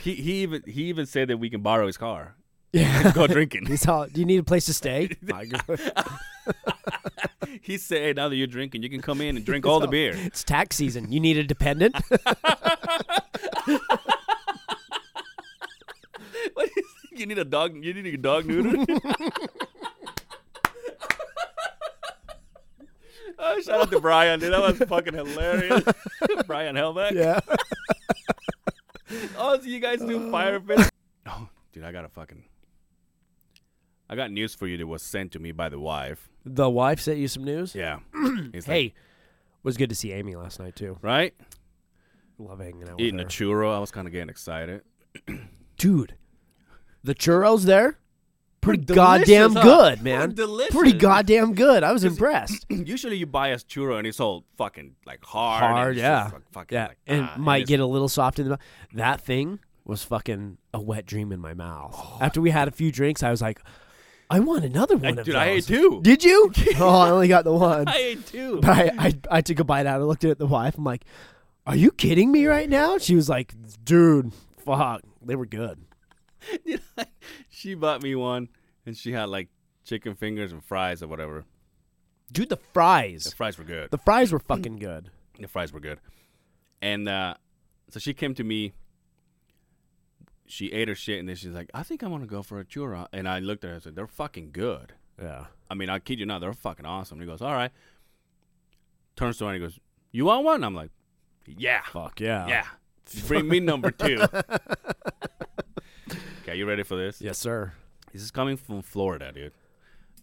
he he even he even said that we can borrow his car.
yeah.
go drinking.
He's all. Do you need a place to stay?
He said, hey, now that you're drinking, you can come in and drink all the beer.
It's tax season. You need a dependent.
What is, you need a dog. You need a dog neuter. oh, shout out to Brian, dude. That was fucking hilarious. Brian Helbeck.
yeah.
Oh, so you guys do fire pit? Oh, dude, I got a fucking. I got news for you that was sent to me by the wife.
The wife sent you some news.
Yeah. He's like,
Hey, was good to see Amy last night too.
right?
Love hanging out
Eating a
with her.
churro. I was kind of getting excited.
Dude, the churros there, pretty
Delicious,
goddamn
huh?
good, man.
Delicious.
Pretty goddamn good. I was impressed.
Usually you buy a churro and it's all fucking like hard. and
Hard,
it's
yeah.
just, like, fucking,
Yeah,
like,
and
ah,
might
it's-
get a little soft in the mouth. That thing was fucking a wet dream in my mouth. After we had a few drinks, I was like, I want another one
I,
of
dude,
those.
I ate two.
Did you? oh, I only got the one.
I ate two.
But I, I, I took a bite out. I looked at the wife. I'm like, "Are you kidding me right now?" She was like, "Dude, fuck, they were good."
she bought me one, and she had like chicken fingers and fries or whatever.
Dude, the
The
fries.
fries were good.
The fries were fucking good.
The fries were good. And uh, so she came to me. She ate her shit, and then she's like, "I think I'm gonna go for a churro." And I looked at her and said, "They're fucking good."
Yeah.
I mean, I kid you not, they're fucking awesome. And he goes, "All right." Turns to her and he goes, "You want one?" And I'm like, "Yeah,
Fuck yeah.
yeah." Bring me number two. okay, you ready for this?
Yes, sir.
This is coming from Florida, dude.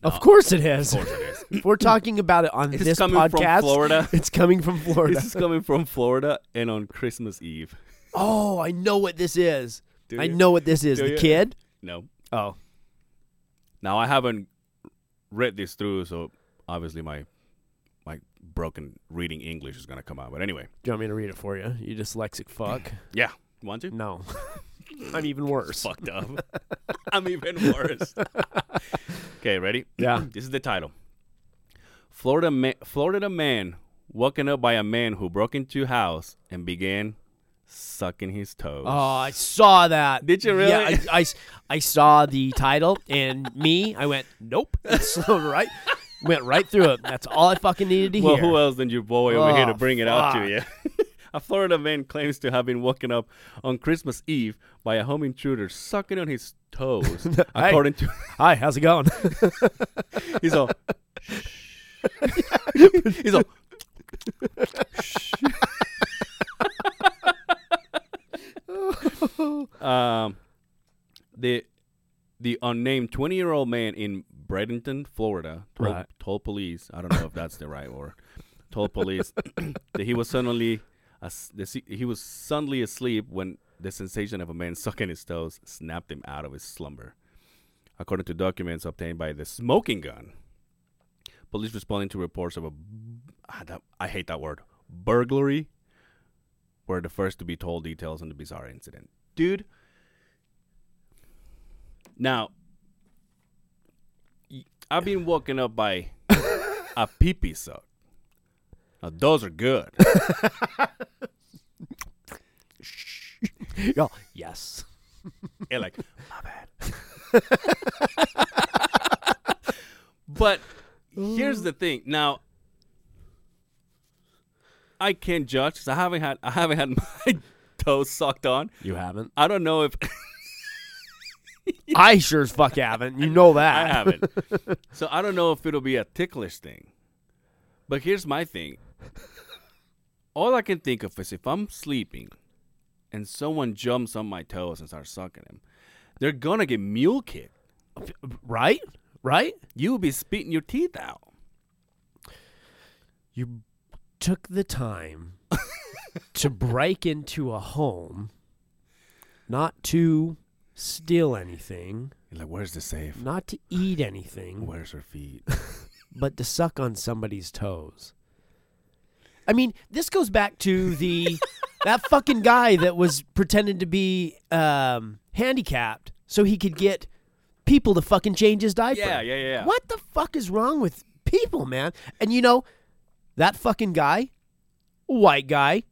Of course it is.
Of course it is.
If We're talking about it on
This is
this
coming from
podcast.
Florida.
It's coming from Florida.
this is coming from Florida and on Christmas Eve.
oh, I know what this is.
Do
I
you?
know what this is.
Do
The
you?
kid.
No.
Oh,
Now I haven't read this through, so obviously my my broken reading English is gonna come out. But anyway,
do you want me to read it for you? You dyslexic fuck.
yeah, want to?
no, I'm even worse.
Fucked up. I'm even worse. okay, ready?
Yeah.
This is the title. Florida ma- Florida man woken up by a man who broke into house and began sucking his toes.
Oh, I saw that.
Did you
Yeah,
really?
I, I s- I saw the title and me. I went nope. So right, went right through it. That's all I fucking needed to
Well,
hear.
who else than your boy over here to
Oh,
bring it out to you? a Florida man claims to have been woken up on Christmas Eve by a home intruder sucking on his toes, according to
Hi, how's it going?
he's all. he's all. um, the the unnamed twenty year old man in Bradenton, Florida, told,
Right.
told police. I don't know if that's the right word. Told police that he was suddenly as, the, se- he was suddenly asleep when the sensation of a man sucking his toes snapped him out of his slumber. According to documents obtained by the smoking gun, police responding to reports of a ah, that, I hate that word burglary were the first to be told details on the bizarre incident. Dude. Now, y- I've been woken up by a pee pee suck. Now, those are good.
Oh, yes.
And like, my bad. but here's the thing. Now, I can't judge 'cause I haven't had I haven't had my toes sucked on.
You haven't.
I don't know if
I sure as fuck haven't. You know that.
I haven't. so I don't know if it'll be a ticklish thing. But here's my thing. All I can think of is if I'm sleeping and someone jumps on my toes and starts sucking them, they're gonna get mule kicked.
Right? Right?
You'll be spitting your teeth out.
You took the time to break into a home, not to steal anything,
You're like, where's the safe?
not to eat anything,
Where's her feet?
but to suck on somebody's toes. I mean, this goes back to the that fucking guy that was pretending to be um, handicapped so he could get people to fucking change his diaper.
Yeah, yeah, yeah.
What the fuck is wrong with people, man? And you know, that fucking guy, white guy,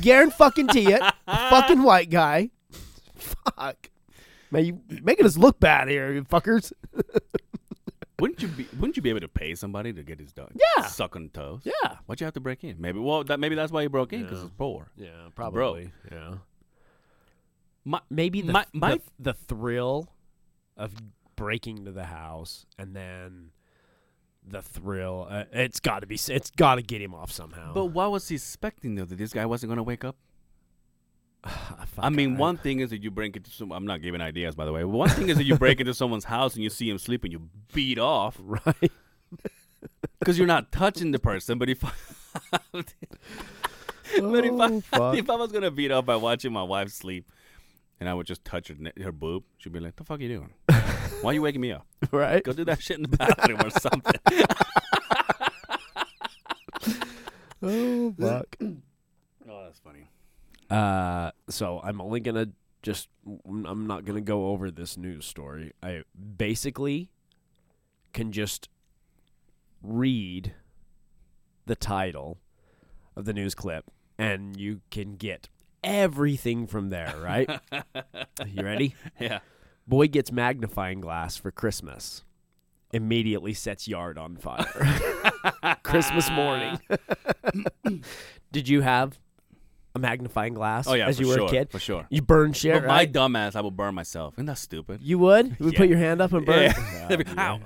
Garen fucking T it, fucking white guy. Fuck. Man, you making us look bad here, you fuckers.
Wouldn't you be wouldn't you be able to pay somebody to get his dog
Yeah.
sucking toes?
Yeah.
Why'd you have to break in? Maybe well that maybe that's why he broke in, because
Yeah.
it's poor.
Yeah,
probably,
Yeah.
My,
Maybe the,
My-
the-
my-
the thrill of breaking into the house and then the thrill uh, it's got to be it's got to get him off somehow.
but what was he expecting though? That this guy wasn't gonna wake up?
Ah, Fuck,
I mean, one thing is that you break into some. I'm not giving ideas, by the way. One thing is that you break into someone's house and you see him sleeping, you beat off
right.
because you're not touching the person. But if, but if,
Oh,
I, if I was gonna beat off by watching my wife sleep, and I would just touch her ne- her boob, she'd be like, "The fuck you doing? Why you waking me up?
Right.
Go do that shit in the bathroom or something."
Oh, fuck.
oh, that's funny.
Uh, so I'm only gonna just I'm not gonna go over this news story. I basically can just read the title of the news clip and you can get everything from there, right? you ready?
Yeah.
Boy gets magnifying glass for Christmas. Immediately sets yard on fire. Christmas morning. Did you have a magnifying glass
Oh yeah,
as
for
you were
sure,
a kid?
for sure.
You burn shit,
but my
right?
dumbass, I will burn myself. Isn't that stupid?
you would? You would put your hand up and burn? it?
Yeah. They'd be, Ow.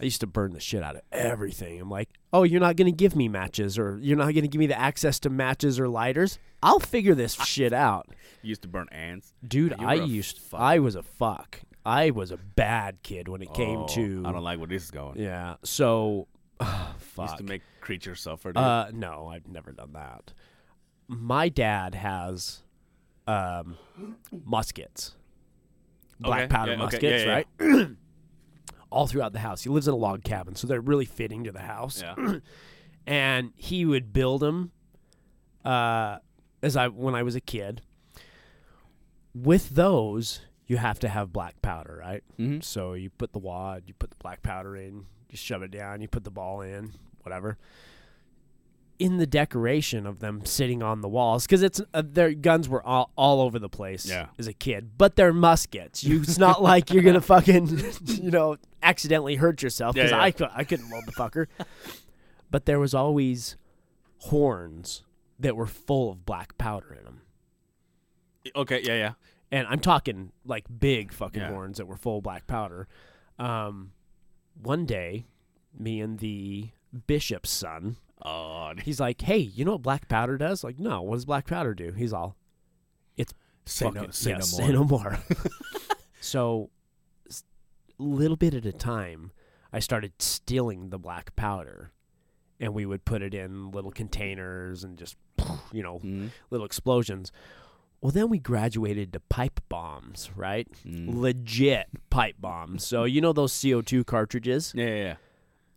I used to burn the shit out of everything. I'm like, oh, you're not going to give me matches or you're not going to give me the access to matches or lighters. I'll figure this shit out.
You used to burn ants.
Dude,
You
I
were a
used,
fuck.
I was a fuck. I was a bad kid when it came
Oh,
to.
I don't like where this is going.
Yeah. So, fuck.
Used to make creatures suffer. dude.
Uh, no, I've never done that. My dad has um, muskets, black
Okay,
powder
yeah, okay,
muskets,
yeah, yeah,
right? All throughout the house. He lives in a log cabin, so they're really fitting to the house.
yeah.
And he would build them uh, as I when I was a kid. With those, you have to have black powder, right?
Mhm.
So you put the wad, you put the black powder in, you shove it down, you put the ball in, whatever. In the decoration of them sitting on the walls, because it's uh, their guns were all, all over the place
Yeah.
as a kid, but they're muskets. You, it's not like you're gonna fucking, you know, accidentally hurt yourself
Yeah,
because
yeah.
I cou- I couldn't load the fucker. But there was always horns that were full of black powder in them
Okay. Yeah. Yeah.
and I'm talking like big fucking
Yeah.
horns that were full of black powder. Um, one day, me and the bishop's son,
Oh, dude.
he's like, "Hey, you know what black powder does?" Like, no, what does black powder do? He's all,
say
"Fuck
no.
it,
Say
yes,
no more.
say no more." so, s- little bit at a time, I started stealing the black powder, and we would put it in little containers and just, you know,
Mhm.
little explosions. Well, then we graduated to pipe bombs, right?
Mhm.
legit pipe bombs. So you know those CO2 cartridges?
Yeah. Yeah.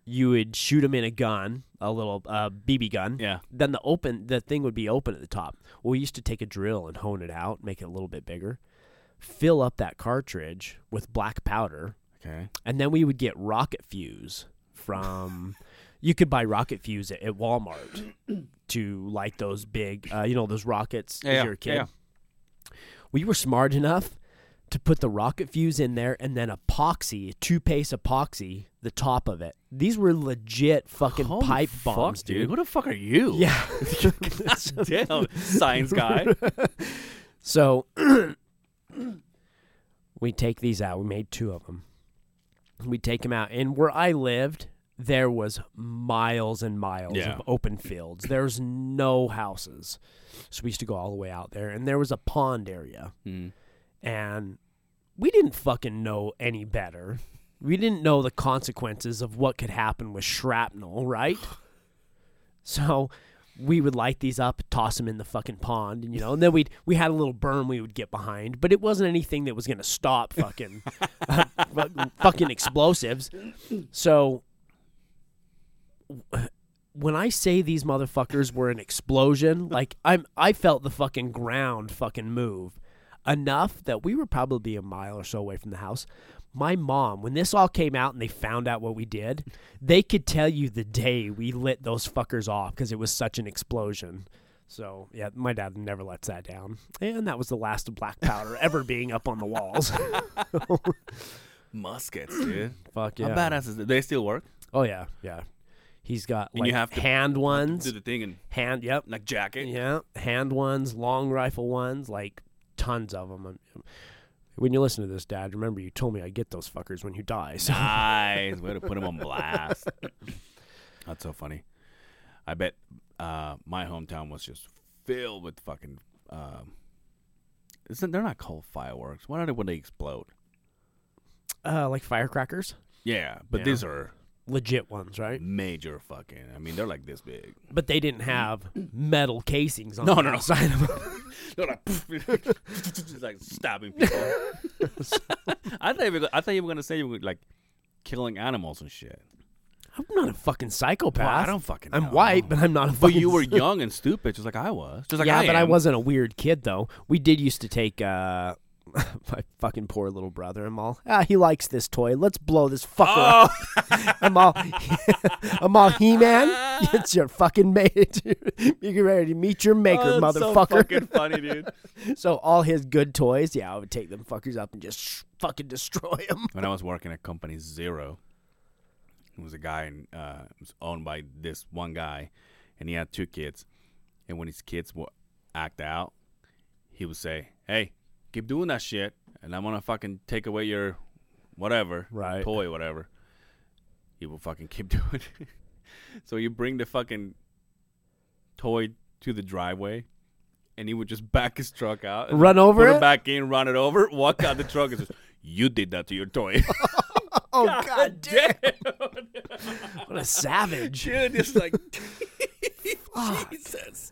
You would shoot them in a gun, a little uh, BB gun.
Yeah.
Then the open, the thing would be open at the top. Well, we used to take a drill and hone it out, make it a little bit bigger, fill up that cartridge with black powder,
Okay.
and then we would get rocket fuse from. you could buy rocket fuse at, at Walmart to light those big, uh, you know, those rockets.
Yeah,
as
yeah,
you're a kid.
yeah,
We were smart enough to put the rocket fuse in there and then epoxy, two paste epoxy, the top of it. These were legit fucking
Holy
pipe
fuck,
bombs, dude.
Who the fuck are you?
Yeah.
Damn, science guy.
So we take these out. We made two of them. We take them out, and where I lived, there was miles and miles
Yeah.
of open fields. There's no houses, so we used to go all the way out there, and there was a pond area,
Mm.
and we didn't fucking know any better. We didn't know the consequences of what could happen with shrapnel, right? So we would light these up, toss them in the fucking pond, and you know, and then we'd we had a little burn we would get behind, but it wasn't anything that was gonna stop fucking fu- fucking explosives. So w- when I say these motherfuckers were an explosion, like I'm I felt the fucking ground fucking move enough that we were probably a mile or so away from the house. My mom, when this all came out and they found out what we did, they could tell you the day we lit those fuckers off because it was such an explosion. So yeah, my dad never lets that down, and that was the last of black powder ever being up on the walls.
Muskets, dude.
Fuck
How badass is it? They still work.
Oh yeah, yeah. He's got
And
like
you have to-
hand ones,
Do the thing and
hand. Yep,
like jacket.
yeah, hand ones, long rifle ones, like tons of them. When you listen to this, Dad, remember you told me I get those fuckers when you die. So
Nice way to put him on blast. That's so funny. I bet uh, my hometown was just filled with fucking. Um, isn't they're not called fireworks? What are they when they explode?
uh, like firecrackers,
Yeah, but
Yeah.
these are
legit ones, right?
major fucking. I mean, they're like this big.
But they didn't have metal casings on.
No,
the
no, no.
outside of them.
They're like, just like stabbing people. I thought you were, I thought you were gonna say you were like killing animals and shit.
I'm not a fucking psychopath.
Well, I don't fucking.
I'm
know.
white, but I'm not a
But
fucking.
you were young and stupid, just like I was. Just like
yeah,
I
but I
am.
wasn't a weird kid though. We did used to take uh,
my fucking poor little brother. I'm all, ah, he likes this toy. Let's blow this fucker
Oh,
up. I'm all, I'm all, He Man, it's your fucking mate. You're ready to meet your maker,
Oh, that's so
motherfucker.
fucking funny, dude.
So all his good toys, yeah, I would take them fuckers up and just sh- fucking destroy them.
when I was working at Company Zero, it was a guy and uh, it was owned by this one guy, and he had two kids. And when his kids would act out, he would say, "Hey, keep doing that shit, and I'm gonna fucking take away your whatever
Right.
toy, whatever." He will fucking keep doing. it. so you bring the fucking toy to the driveway. And he would just back his truck out, and
Run over
put
it?
it back in, run it over, walk out the truck, and says, "You did that to your toy."
Oh god, damn! what a savage!
dude. It's like Jesus.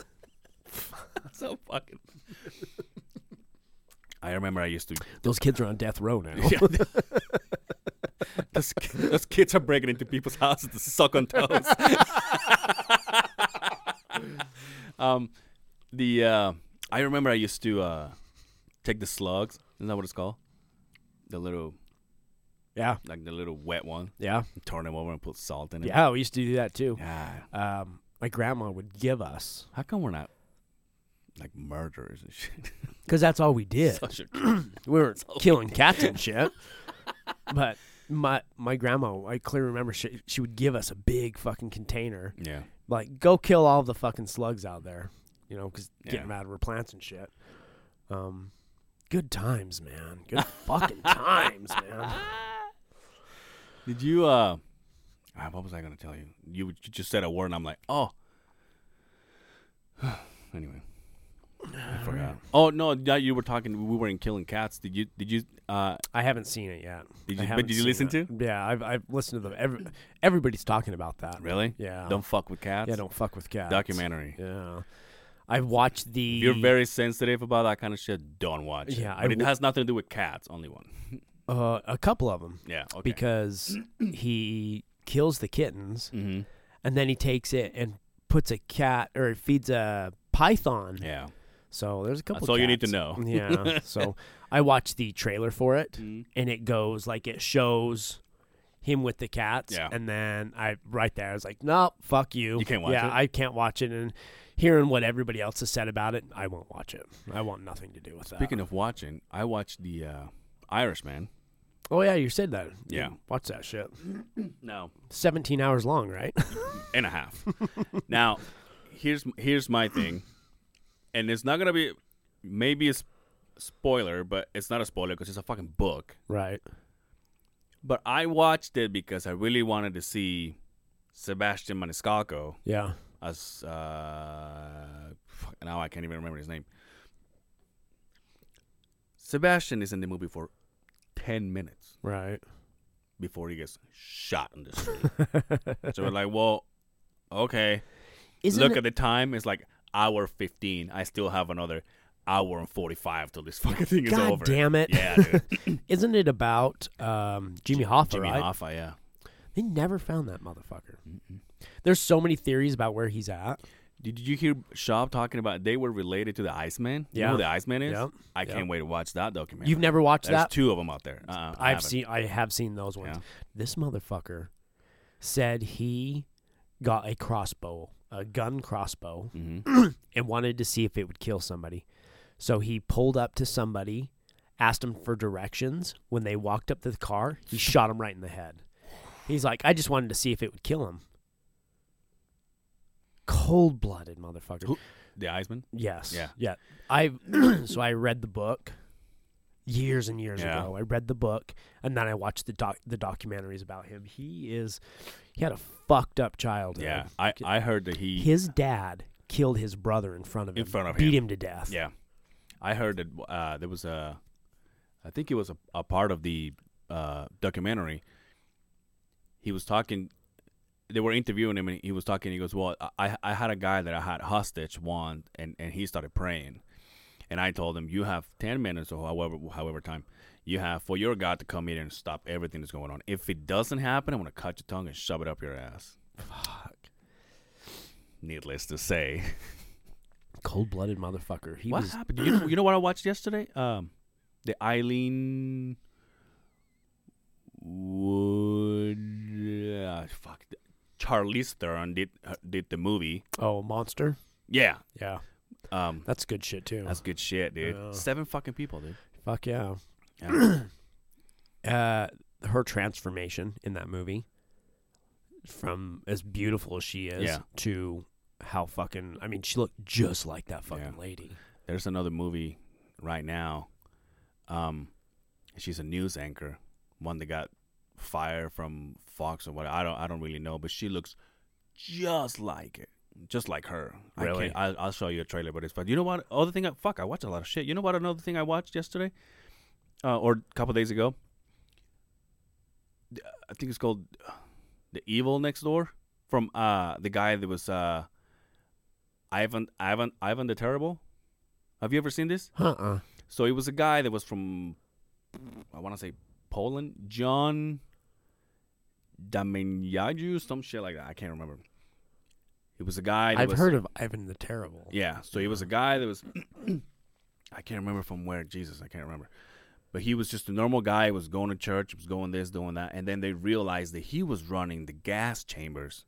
so fucking. I remember I used to.
Those kids are on death row now.
Yeah. those, ki- those kids are breaking into people's houses to suck on toes. um, the uh, I remember I used to uh, take the slugs. Isn't that what it's called? The little,
Yeah.
like the little wet one.
Yeah.
And turn them over and put salt in it.
Yeah, we used to do that too.
Yeah.
Um, my grandma would give us
How come we're not like murderers and shit?
because that's all we did.
Such a-
we were
all we
killing cats and shit. but my my grandma, I clearly remember she she would give us a big fucking container,
yeah.
like go kill all the fucking slugs out there, you know, because
Yeah.
getting them out of her plants and shit. Um, good times, man. Good fucking times, man.
Did you? uh ah, What was I gonna tell you? You you just said a word, and I'm like, oh. anyway, I forgot. Oh no, yeah, you were talking. We were in killing cats. Did you? Did you? uh
I haven't seen it yet.
Did
I
you- but
haven't
did you
seen
listen
it. Yeah, I've I've listened to them. Every, everybody's talking about that.
Really?
Yeah.
Don't fuck with cats.
yeah, don't fuck with cats.
Documentary.
Yeah. I watched the.
If you're very sensitive about that kind of shit, don't watch. it.
Yeah, I
but it
w-
has nothing to do with cats. Only one.
uh, a couple of them
Yeah. Okay.
because he kills the kittens
hmm
and then he takes it and puts a cat or feeds a python.
Yeah.
So there's a couple.
That's all you need to
cats.
know.
Yeah. so I watched the trailer for it
Mhm.
and it goes like it shows him with the cats
Yeah.
and then I right there I was like, nope, fuck you.
You can't watch
yeah,
it?
I can't watch it and hearing what everybody else has said about it, I won't watch it. I want nothing to do with that.
Speaking of watching, I watched the uh, Irishman.
Oh yeah, you said that. You
Yeah.
watch that shit.
No.
Seventeen hours long, right?
and a half. now, here's here's my thing, and it's not gonna be maybe a s- spoiler, but it's not a spoiler because it's a fucking book.
right.
But I watched it because I really wanted to see Sebastian Maniscalco
Yeah.
as uh, fuck, now I can't even remember his name. Sebastian is in the movie for ten minutes
Right.
before he gets shot in the street. so we're like, well, okay. Look at the time. It's like hour fifteen. I still have another hour and forty five till this fucking thing is
God
over.
damn it!
Yeah, dude.
Isn't it about um, Jimmy Hoffa?
Jimmy
right?
Hoffa. Yeah.
They never found that motherfucker. There's so many theories about where he's at.
Did you hear Shab talking about they were related to the Iceman? You know
Yeah.
who the Iceman is?
Yeah.
I
Yeah.
can't wait to watch that documentary.
You've never watched
There's
that?
two of them out there. Uh-uh, I
I've
haven't.
seen. I have seen those ones.
Yeah.
This motherfucker said he got a crossbow, a gun crossbow,
Mhm.
and wanted to see if it would kill somebody. So he pulled up to somebody, asked him for directions. When they walked up to the car, he shot him right in the head. He's like, I just wanted to see if it would kill him. Cold blooded motherfucker.
Who- The Iceman.
Yes.
Yeah.
Yeah. I so I read the book years and years
Yeah.
ago. I read the book and then I watched the doc the documentaries about him. He is he had a fucked up childhood.
Yeah. I, I heard that he
His dad killed his brother in front of
In
him.
front of
beat
him.
him to death.
Yeah, I heard that uh, there was a, I think it was a, a part of the uh, documentary. He was talking. They were interviewing him, and he was talking. He goes, "Well, I I had a guy that I had hostage one, and and he started praying, and I told him, you have ten minutes or however however time." You have for your God to come in and stop everything that's going on. If it doesn't happen, I'm gonna cut your tongue and shove it up your ass.
Fuck.
Needless to say,
Cold blooded motherfucker. He
what
was
happened? You know, you know what I watched yesterday? Um, the Eileen Wood. Uh, fuck, Charlize Theron did uh, did the movie.
Oh, monster.
Yeah,
Yeah,
um,
that's good shit too.
that's good shit, dude.
Yeah.
Seven fucking people, dude.
Fuck yeah.
Yeah.
uh, her transformation in that movie from as beautiful as she is
Yeah.
to how fucking I mean she looked just like that fucking
Yeah.
lady.
There's another movie right now. Um, she's a news anchor, one that got fired from Fox or what. I don't, I don't really know, but she looks just like it, just like her.
Really?
I can't, I, I'll show you a trailer, but it's fun. You know what? Other thing, I, fuck, I watch a lot of shit. You know what? Another thing I watched yesterday, uh, or a couple days ago. The- I think it's called uh, "The Evil Next Door" from uh, the guy that was uh, Ivan, Ivan, Ivan the Terrible. Have you ever seen this?
Uh uh
So it was a guy that was from, I want to say Poland, John Damianiu, some shit like that. I can't remember. It was a guy. That
I've
was,
heard of Ivan the Terrible.
Yeah. So he was a guy that was, I can't remember from where. Jesus, I can't remember. But he was just a normal guy. Was going to church. Was going this, doing that, and then they realized that he was running the gas chambers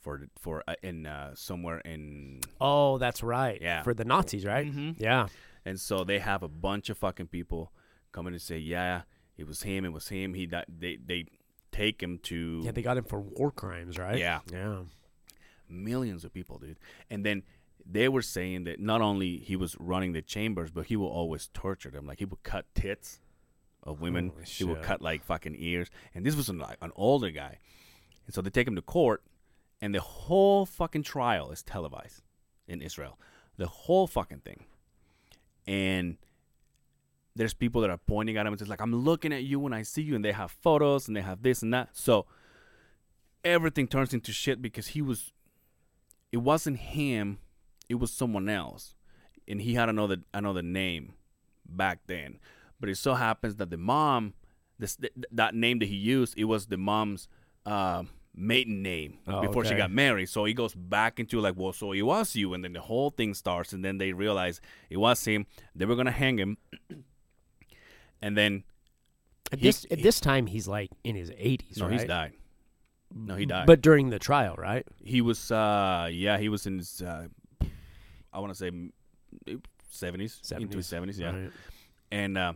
for for uh, in uh, somewhere in
Oh, that's right.
Yeah.
For the Nazis, right?
Mhm.
Yeah.
And so they have a bunch of fucking people coming and say, "Yeah, it was him. It was him. He died. They they take him to
Yeah, they got him for war crimes, right?
Yeah.
Yeah.
millions of people, dude." And then they were saying that not only he was running the chambers, but he will always torture them. Like he would cut tits of women.
Holy
he would
shit.
cut like fucking ears. And this was an, like, an older guy. And so they take him to court, and the whole fucking trial is televised in Israel. The whole fucking thing. And there's people that are pointing at him and just like, I'm looking at you when I see you, and they have photos and they have this and that. So everything turns into shit because he was, it wasn't him, it was someone else. And he had another another name back then. But it so happens that the mom, this th- that name that he used, it was the mom's uh, maiden name
Oh,
before she
okay.
got married. So he goes back into like, well, so it was you, and then the whole thing starts, and then they realize it was him. They were gonna hang him, and then
At
He-
this at this time he's like in his eighties,
no,
right?
he's died. No, he died.
But during the trial, right?
he was, uh, yeah, he was in his, uh, I want to say, seventies, into his seventies, yeah.
Right.
and uh,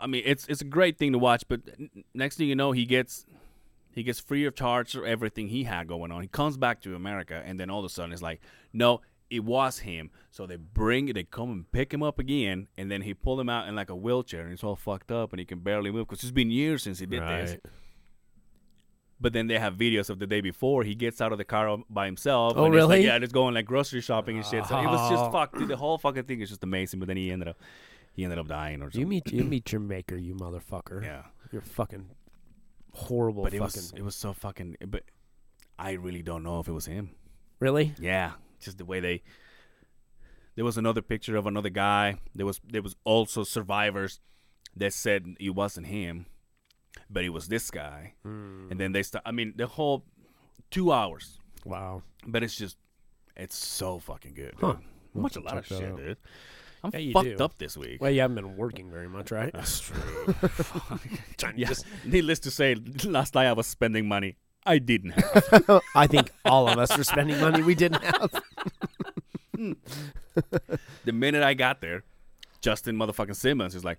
I mean it's it's a great thing to watch. But n- next thing you know, he gets he gets free of charge for everything he had going on. He comes back to America, and then all of a sudden it's like, no, it was him. So they bring they come and pick him up again, and then he pull him out in like a wheelchair, and he's all fucked up, and he can barely move because it's been years since he did this.
Right.
But then they have videos of the day before he gets out of the car by himself.
Oh,
and it's like,
really?
yeah, just going like grocery shopping and shit. So it was
Oh.
just fucked. dude. The whole fucking thing is just amazing. But then he ended up, he ended up dying or something.
You meet you meet your maker, you motherfucker.
Yeah,
You're fucking horrible
but it
fucking
was it was so fucking. But I really don't know if it was him.
Really?
Yeah, just the way they. There was another picture of another guy. There was there was also survivors that said it wasn't him, but it was this guy.
Hmm.
And then they start. I mean, the whole two hours,
Wow.
but it's just it's so fucking good.
Huh.
dude. I watch a lot of
check that
shit,
out.
dude. I'm
Yeah, you
fucked
do.
up this week.
Well, you haven't been working very much, right?
That's true. yes. Needless to say, last night I was spending money I didn't have.
I think all of us were spending money we didn't have.
the minute I got there, Justin motherfucking Simmons is like,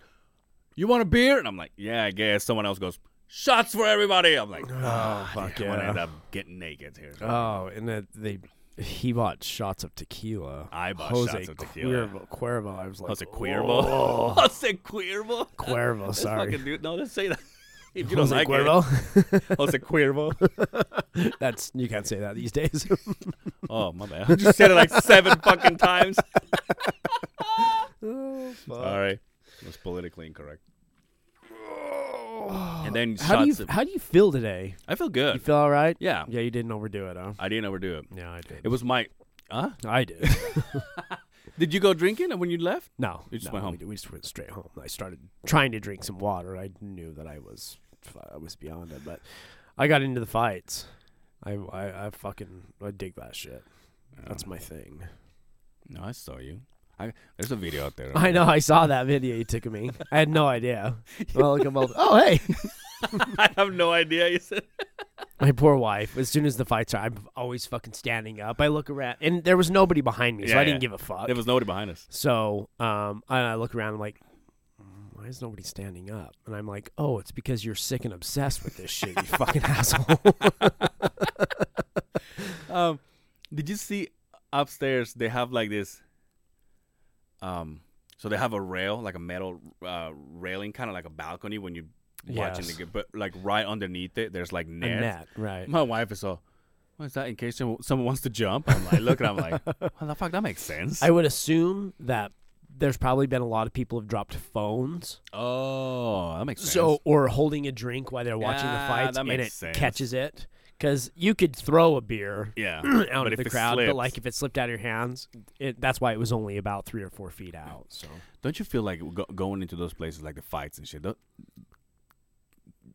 "You want a beer?" And I'm like, "Yeah, I guess." Someone else goes, "Shots for everybody." I'm like, "Oh, fuck yeah!" I'm gonna end up getting naked here.
Oh, and that they he bought shots of tequila.
I bought
Jose
shots of tequila.
Cuervo, Cuervo. I was like,
That's a queer ball. That's a queer ball.
Cuervo. Oh. Sorry,
Fucking dude, no, let's say that. If you don't
Jose
like it,
Cuervo.
Jose Cuervo.
That's you can't say that these days.
Oh my bad. I just said it like seven fucking times.
Oh,
Sorry, it was politically incorrect. And then
how do
shots
you
of.
how do you feel today?
I feel
You
good.
feel all right?
Yeah,
Uh, Yeah, you didn't overdo it, huh?
I didn't overdo it.
Yeah, I did.
It was my. Huh?
I did.
Did you go drinking when you left?
No,
You just
no,
went home.
We, we just went straight home. I started trying to drink some water. I knew that I was I was beyond it, but I got into the fights. I I, I fucking I dig that shit. That's my thing.
No, I saw you. I, there's a video out there.
I know. I saw that video you took of me. I had no idea. Well, look, I'm over. Oh, hey,
I have no idea. You said
my poor wife. As soon as the fight started, I'm always fucking standing up. I look around, and there was nobody behind me, so
Yeah,
I didn't
yeah.
give a fuck.
there was nobody behind us.
So um, I, I look around. I'm like, "Mm, why is nobody standing up? And I'm like, oh, it's because you're sick and obsessed with this shit, you fucking asshole.
Um, did you see upstairs? They have like this. Um, so they have a rail, like a metal uh, railing, kind of like a balcony when you're watching the
Yes.
game. But like right underneath it, there's like
A
net.
net, right?
My wife is all, "What is that? In case someone someone wants to jump?" I'm like, "Look," and I'm like, "Well, the fuck, that makes sense."
I would assume that there's probably been a lot of people have dropped phones,
oh, that makes sense.
so or holding a drink while they're watching
Yeah,
the fights,
that
and
makes
it
sense.
catches it because you could throw a beer.
yeah,
out
But
of
if
the
it
crowd,
slips-
but like if it slipped out of your hands, it, that's why it was only about three or four feet out. So
Don't you feel like go- going into those places like the fights and shit? Don't,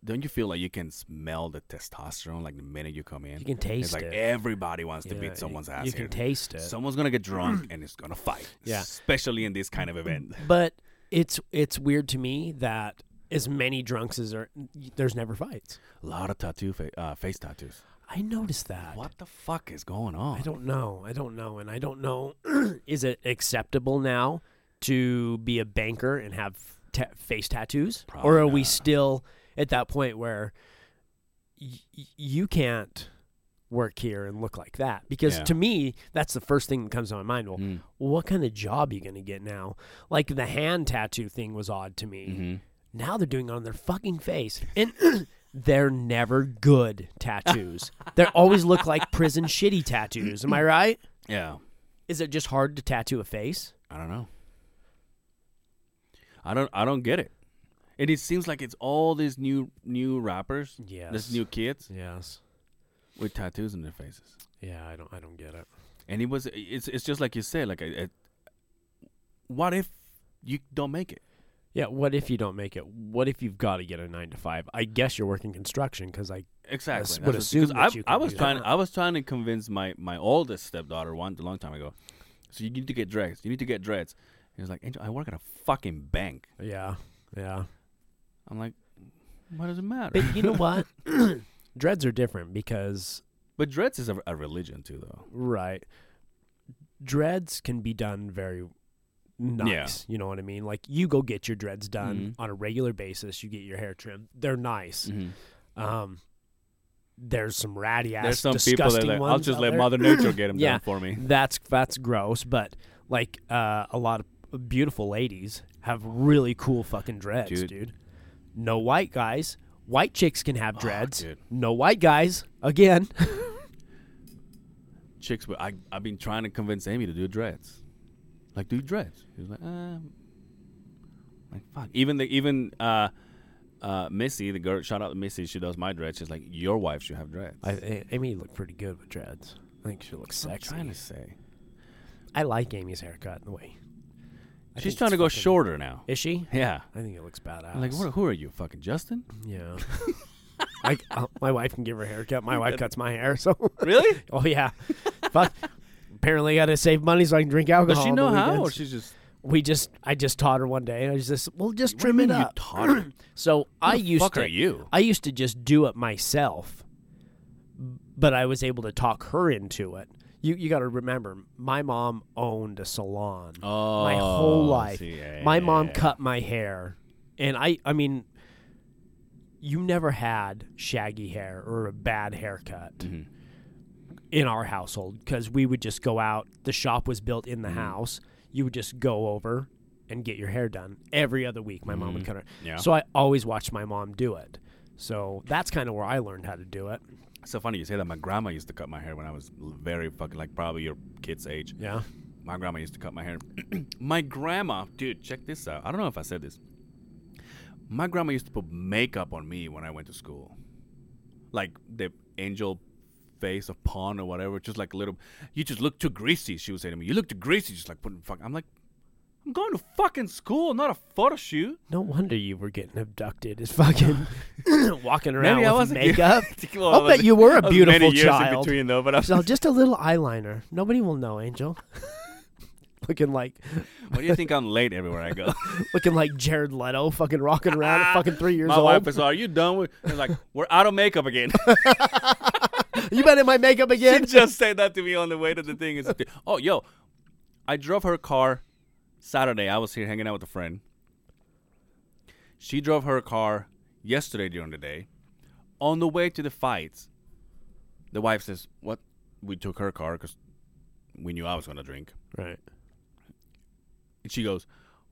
don't you feel like you can smell the testosterone like the minute you come in?
you can
it's
taste
like
it.
everybody wants to
Yeah, you-
beat someone's ass
You
here.
can taste it.
Someone's gonna get drunk and it's gonna fight.
Yeah.
especially in this kind of event.
but it's it's weird to me that as many drunks as there, there's never fights.
A lot of tattoo fa- uh, face tattoos.
I noticed that.
What the fuck is going
I
on?
don't know. I don't know, and I don't know. is it acceptable now to be a banker and have ta- face tattoos, or
Probably
are we
not.
still at that point where y- y- you can't? Work here and look like that because
Yeah.
to me that's the first thing that comes to my mind. Well,
Mm.
what kind of job you gonna get now? Like the hand tattoo thing was odd to me.
Mhm.
Now they're doing it on their fucking face. And they're never good tattoos. they always look like prison shitty tattoos. Am I right?
Yeah,
Is it just hard to tattoo a face?
I don't know. I don't. I don't get it. And it seems like it's all these new new rappers,
Yes.
these new kids
Yes.
with tattoos in their faces.
Yeah, I don't I don't get it.
And it was it's it's just like you said, like I, I, what if you don't make it?
Yeah, what if you don't make it? What if you've got to get a 9 to 5? I guess you're working construction cuz I
Exactly.
That's- would
what-
assume
because
that
I,
you
I
can
was
do
trying
that.
I was trying to convince my my oldest stepdaughter one a long time ago. So you need to get dreads. You need to get dreads. He was like, Angel, I work at a fucking bank.
Yeah. Yeah.
I'm like, what does it matter? But,
But you know what? Dreads are different because
dreads is a, a religion too, though.
Right. Dreads can be done very nice. You know what I mean? Like you go get your dreads done
Mhm.
on a regular basis. You get your hair trimmed. They're nice. Um, there's some ratty ass.
Mm-hmm. There's some people that are
disgusting
like, I'll
ones
just
out
let
there.
Mother Nature get them
Yeah.
done for me.
That's that's gross. But like uh, a lot of beautiful ladies have really cool fucking dreads, dude.
Dude.
No white guys. White chicks can have dreads.
dude.
no white guys. Again.
Chicks, but I I've been trying to convince Amy to do dreads. Like do dreads. He was like, uh, like fuck. Even the even uh, uh, Missy, the girl, shout out to Missy. She does my dreads. She's like, your wife should have dreads.
I, I- Amy looked pretty good with dreads. I think she looks
am
sexy.
trying to say.
I like Amy's haircut in the way. I think
She's
it's
trying to go
fucking-
shorter now.
Is she?
Yeah.
I think it looks badass.
I'm like, what, who are you, fucking Justin?
Yeah. I, uh, my wife can give her a haircut. My wife cuts my hair, so.
Really?
oh yeah. Fuck. Apparently, I gotta save money so I can drink alcohol.
Does she
on the
know how, or
weekends.
she's just
we just, I just taught her one day, and I was just, well, just
What do you
trim
mean
it
you
up.
taught her?
so I
the
used
fuck
to.
are you?
I used to just do it myself, but I was able to talk her into it. You you got to remember, my mom owned a salon
Oh,
my whole life.
see, yeah, yeah,
my
yeah,
mom
yeah.
cut my hair, and I I mean, you never had shaggy hair or a bad haircut.
Mm-hmm.
In our household, because we would just go out. The shop was built in the
Mm-hmm.
house. You would just go over and get your hair done every other week. My mom would cut her.
Mm-hmm. Yeah.
So I always watched my mom do it. So that's kind of where I learned how to do it.
So funny you say that. My grandma used to cut my hair when I was l- very fucking like probably your kid's age.
Yeah.
My grandma used to cut my hair. my grandma, dude, check this out. I don't know if I said this. My grandma used to put makeup on me when I went to school, like the angel face of pawn or whatever. Just like little, you just look too greasy. She would say to me, "You look too greasy." Just like putting fuck. I'm like, I'm going to fucking school, not a photo shoot.
No wonder you were getting abducted. Is fucking walking around
Maybe I
with
wasn't-
makeup.
Well,
I'll
I
bet
was-
you were a
I was many
beautiful
years in
child.
between though, but I was
So just a little eyeliner. Nobody will know, Angel.
looking like
What do you think I'm late everywhere I go?
looking like Jared Leto, fucking rocking around, at fucking three years
My
old.
wife is, "Are you done with?" And like, "We're out of makeup again."
you been in my makeup
she
again?
just said that to me on the way to the thing. It's like, oh, yo, I drove her car Saturday. I was here hanging out with a friend. She drove her car yesterday during the day. On the way to the fights, the wife says, "What?" We took her car because we knew I was gonna drink.
Right.
And she goes,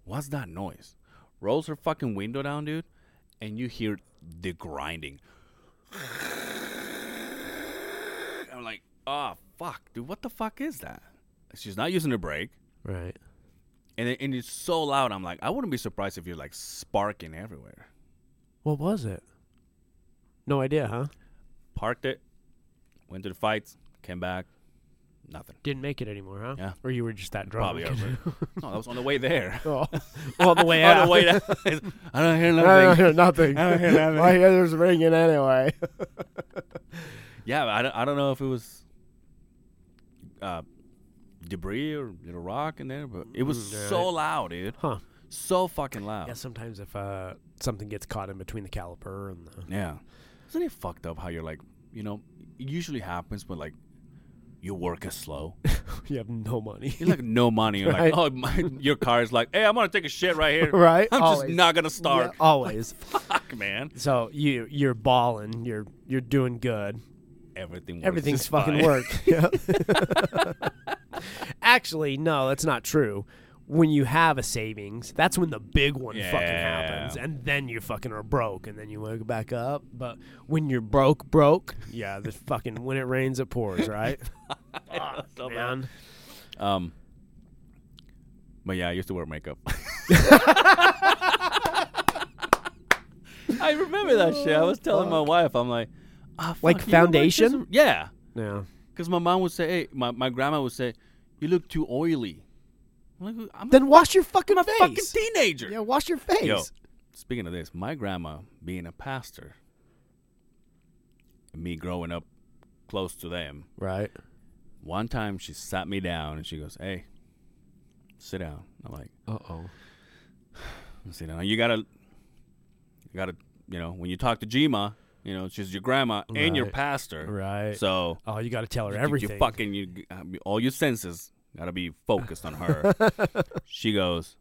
What's that noise? Rolls her fucking window down, dude, and you hear the grinding. I'm like, Oh, fuck, dude, what the fuck is that? She's not using her brake.
Right.
And, it, and it's so loud. I'm like, I wouldn't be surprised if you're like sparking everywhere.
What was it? No idea, huh?
Parked it, went to the fights, came back, nothing.
Didn't make it anymore, huh?
Yeah.
Or you were just that
Probably
drunk.
over. no, that was on the way there.
Oh,
well, on the way
On
out.
the way down. I don't hear
I don't
nothing.
hear nothing.
I don't hear nothing.
My ears ringing anyway.
Yeah, I don't, I don't know if it was uh, debris or a rock in there, but it was
Mm,
so
right.
loud, dude.
Huh.
So fucking loud.
Yeah, sometimes if uh, something gets caught in between the caliper and the.
Yeah. Isn't it fucked up how you're like, you know, it usually happens when like your work is slow.
You have no money.
You're like no money. You're
Right.
like, oh, my, your car is like, hey, I'm gonna take a shit right here.
Right?
I'm
Always.
just not gonna start.
Yeah, always.
Fuck, man.
So you you're balling, you're you're doing good.
Everything. works
Everything's
just
fucking
fine.
work. Yeah.
Actually, no, that's not true. When you have a savings, that's when the big one fucking
Yeah.
happens, and then you fucking are broke, and then you wake back up. But when you're broke, broke, yeah, the fucking when it rains, it pours, right? Fuck, man.
Um. But yeah, I used to wear makeup. I remember that shit. I was telling my wife, I'm like, ah,
Oh, Like
fuck, you look
foundation?
this- yeah,
Yeah,
because my mom would say, hey, my, my grandma would say, you look too oily. I'm like, I'm
then wash your fucking
a
face.
fucking teenager.
yeah, wash your face.
Yo, speaking of this, my grandma being a pastor, and me growing up close to them,
right.
one time she sat me down and she goes, "Hey, sit down." I'm like,
Uh oh.
"I'm sitting down." You gotta, you gotta, you know, when you talk to Jima, you know, she's your grandma and your
Right.
pastor,
Right.
So
oh, you got to tell her
you-
everything.
You fucking, you, uh, all your senses gotta be focused on her. she goes.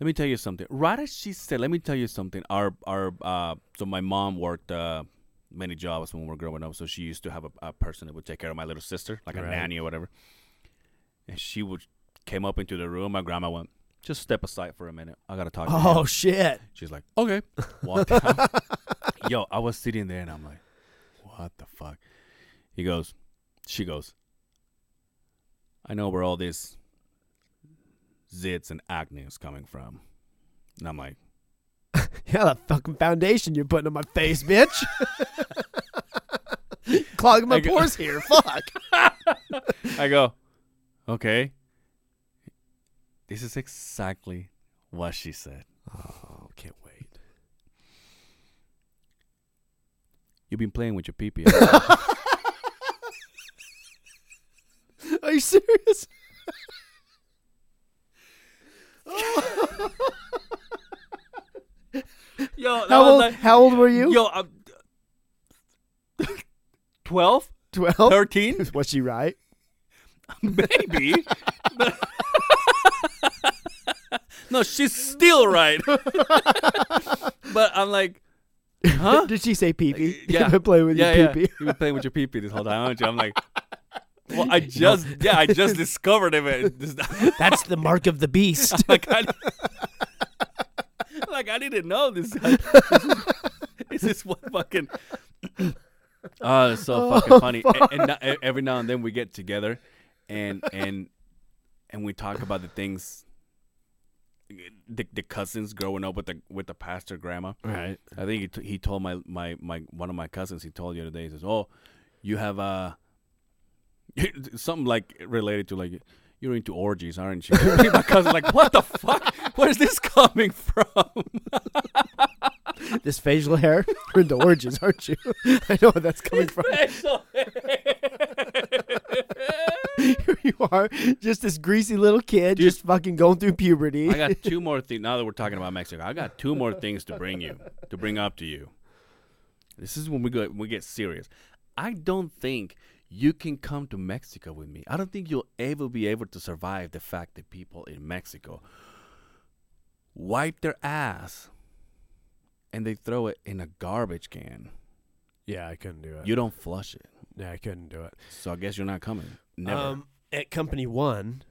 Let me tell you something. Right as she said, "Let me tell you something." Our our uh, so my mom worked uh, many jobs when we were growing up. So she used to have a, a person that would take care of my little sister, like a
Right.
nanny or whatever. And she would came up into the room. My grandma went, "Just step aside for a minute. I gotta talk." to him."
Oh shit.
She's like, okay. Walked out. Yo, I was sitting there and I'm like, what the fuck? He goes, she goes, I know where all this zits and acne is coming from. And I'm like,
Yeah, that fucking foundation you're putting on my face, bitch. Clogging my
I go-
pores here. Fuck.
I go, okay. This is exactly what she said.
Oh, can't wait.
You've been playing with your pee pee.
Are you serious?
Yo,
How old, how old were you?
Yo, uh, I'm 12,
12?
13?
Was she right?
Maybe. no, she's still right. but I'm like, huh? Uh,
Did she say pee pee?
yeah.
I've been playing with
yeah,
you
yeah.
pee pee.
You've been playing with your pee pee this whole time, haven't you? I'm like, well, I just, yeah, I just discovered it. This-
That's the mark of the beast.
like, I, like, I didn't know this. Like, this is this what fucking. Oh, it's so fucking funny. And- And, no- e- every now and then we get together, and and and we talk about the things. The, the cousins growing up with the with the pastor grandma.
right.
I think he, t- he told my, my my one of my cousins. He told the other day. He says, "Oh, you have uh, something like related to like you're into orgies, aren't you?" my cousin's like, "What the fuck? Where's this coming from?"
This facial hair? You're into oranges, aren't you? I know where that's coming from.
Facial hair.
you are just this greasy little kid,
Dude.
just fucking going through puberty.
I got two more things. Now that we're talking about Mexico, I got two more things to bring you, to bring up to you. This is when we go, we get serious. I don't think you can come to Mexico with me. I don't think you'll ever be able to survive the fact that people in Mexico wipe their ass and they throw it in a garbage can.
Yeah, I couldn't do it.
You don't flush it,
yeah, I couldn't do it.
so I guess you're not coming. Never.
Um, at company one,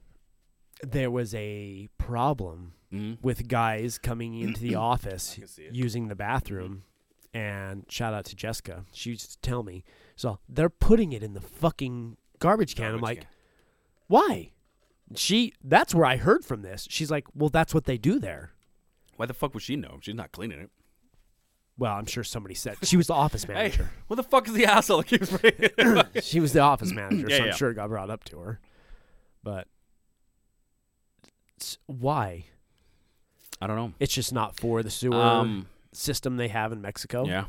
there was a problem
Mhm.
with guys coming into the office
see it.
using the bathroom. And shout out to Jessica. She used to tell me, so they're putting it in the fucking garbage can. I'm
Garbage
like,
can.
why? She, that's where I heard from this. She's like, well, that's what they do there.
Why the fuck would she know? She's not cleaning it.
Well, I'm sure somebody said she was the office
Hey,
manager.
what the fuck is the asshole that keeps bringing it up?
she was the office manager,
Yeah,
so I'm
yeah.
sure it got brought up to her. But it's- why?
I don't know.
It's just not for the sewer
Um,
system they have in Mexico.
Yeah.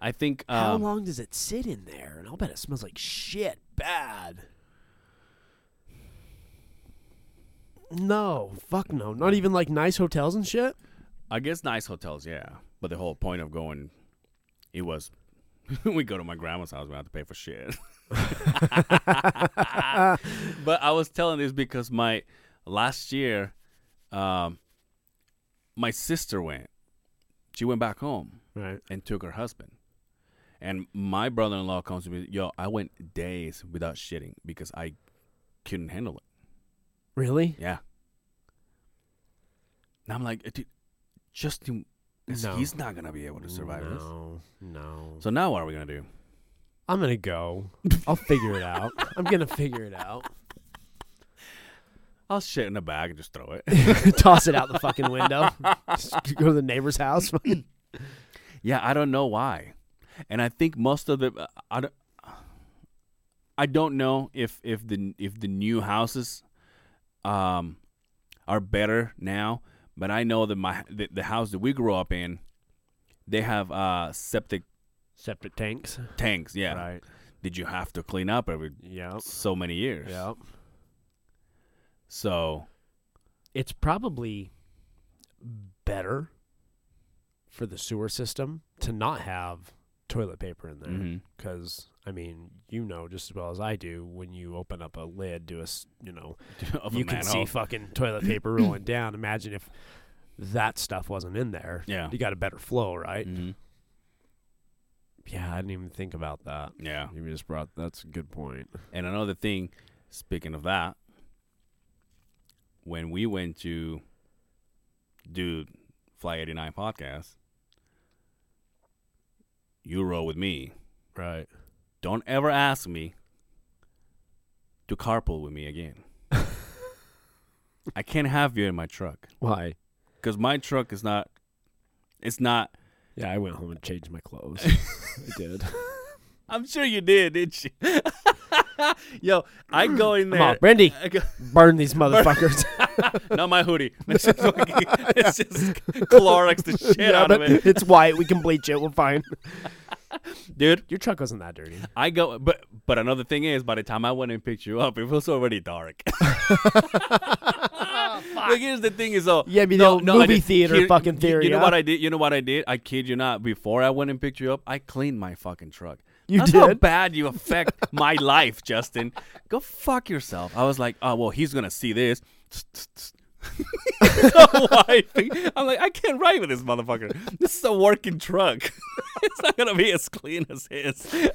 I think
How
um,
long does it sit in there? And I'll bet it smells like shit bad. No, fuck no. Not even like nice hotels and shit.
I guess nice hotels, yeah. But the whole point of going, it was we go to my grandma's house, we have to pay for shit. but I was telling this because my last year, um, my sister went. She went back home
Right.
and took her husband. And my brother in law comes to me, yo, I went days without shitting because I couldn't handle it.
Really?
Yeah. And I'm like, dude, Justin, is-
No.
he's not gonna be able to survive this.
No, no.
So now what are we gonna do?
I'm gonna go. I'll figure it out. I'm gonna figure it out.
I'll shit in a bag and just throw it.
Toss it out the fucking window. Just go to the neighbor's house.
yeah, I don't know why, and I think most of the uh, I don't. I don't know if if the if the new houses, um, are better now, but I know that my the, the house that we grew up in, they have uh septic
Septic tanks.
tanks. Yeah,
Right.
did you have to clean up every
Yep.
so many years?
Yep.
So
It's probably better for the sewer system to not have toilet paper in there.
mhm.
because I mean, you know just as well as I do when you open up a lid to a s- you know
Of a
you can see
manhole.
fucking toilet paper rolling down. Imagine if that stuff wasn't in there.
Yeah.
you got a better flow, right?
Mhm.
Yeah, I didn't even think about that.
Yeah.
You just brought that's a good point.
And another thing, speaking of that, when we went to do Fly 89 podcast, you roll with me.
Right.
Don't ever ask me to carpool with me again. I can't have you in my truck
Why?
because my truck is not. It's not.
Yeah, I went home and changed my clothes. I did.
I'm sure you did, didn't you? Yo, I go
Mm.
in there.
Come on, Brandy,
I go-
burn these motherfuckers.
Not my hoodie. It's just, fucking- it's just Clorox the shit out of it,
it's white. We can bleach it. We're fine.
dude.
Your truck wasn't that dirty.
I go, but but another thing is, by the time I went and picked you up, it was already dark. Like here's the thing is though,
Yeah, it'd be the old
I
movie
did-
theater
you-
fucking
you-
theory.
You know
huh?
what I did? You know what I did? I kid you not. Before I went and picked you up, I cleaned my fucking truck.
You
That's how
did?
bad you affect my life, Justin. Go fuck yourself. I was like, oh well, he's gonna see this. Wiping. I'm like, I can't ride with this motherfucker. This is a working truck. it's not gonna be as clean as his. so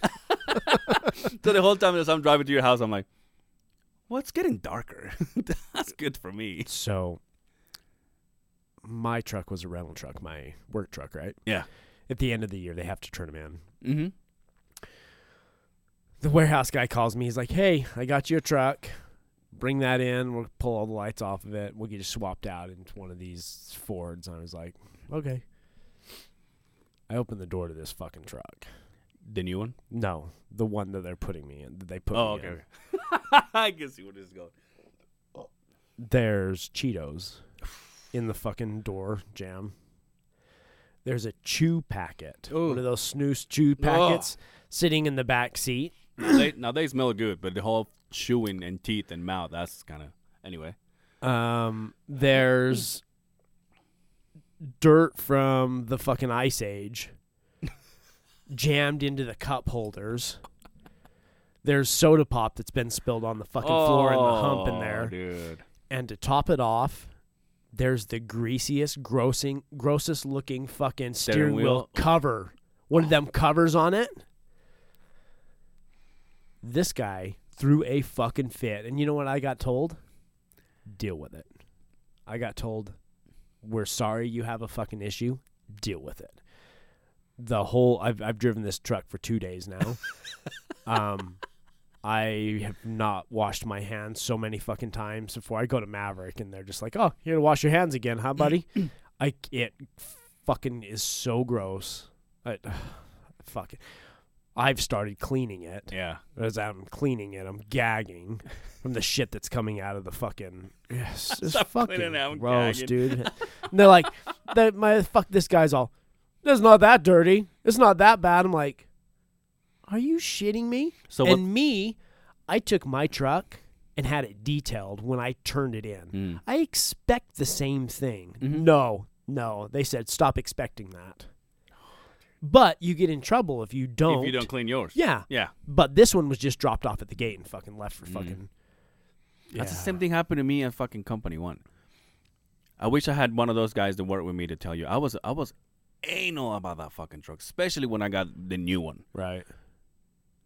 the whole time as I'm driving to your house, I'm like, well, it's getting darker. That's good for me.
So my truck was a rental truck, my work truck, right?
Yeah.
At the end of the year, they have to turn them in.
Mm-hmm.
The warehouse guy calls me. He's like, "Hey, I got you a truck. Bring that in. We'll pull all the lights off of it. We'll get you swapped out into one of these Fords." And I was like, "Okay." I opened the door to this fucking truck.
The new one.
No, the one that they're putting me in. That they put.
Oh,
me
okay.
in.
okay. I can see where this is going.
there's Cheetos in the fucking door jam. There's a chew packet, one of those snooze chew packets, sitting in the back seat.
they, now they smell good, but the whole chewing and teeth and mouth, that's kind of. Anyway.
Um, there's dirt from the fucking ice age jammed into the cup holders. There's soda pop that's been spilled on the fucking floor and the hump in
Oh,
there.
Dude.
And to top it off, there's the greasiest, grossing, grossest looking fucking steering wheel,
wheel.
cover. One of them covers on it. This guy threw a fucking fit, and you know what I got told? Deal with it. I got told, "We're sorry you have a fucking issue. Deal with it." The whole I've I've driven this truck for two days now. um, I have not washed my hands so many fucking times before. I go to Maverick and they're just like, "Oh, here to wash your hands again, huh, buddy?" I it fucking is so gross. I fuck it. I've started cleaning it.
Yeah.
As I'm cleaning it, I'm gagging from the shit that's coming out of the fucking. Yes, it's
Stop
fucking
cleaning it, I'm
gross,
gagging.
dude. and they're like, that my fuck. This guy's all. It's not that dirty. It's not that bad. I'm like, are you shitting me?
So what-
and me, I took my truck and had it detailed when I turned it in.
Mm.
I expect the same thing.
Mm-hmm.
No, no. They said stop expecting that. But you get in trouble if you don't.
If you don't clean yours.
Yeah.
Yeah.
But this one was just dropped off at the gate and fucking left for fucking.
That's the same thing happened to me at fucking company one. I wish I had one of those guys to work with me to tell you. I was I was anal about that fucking truck, especially when I got the new one.
Right.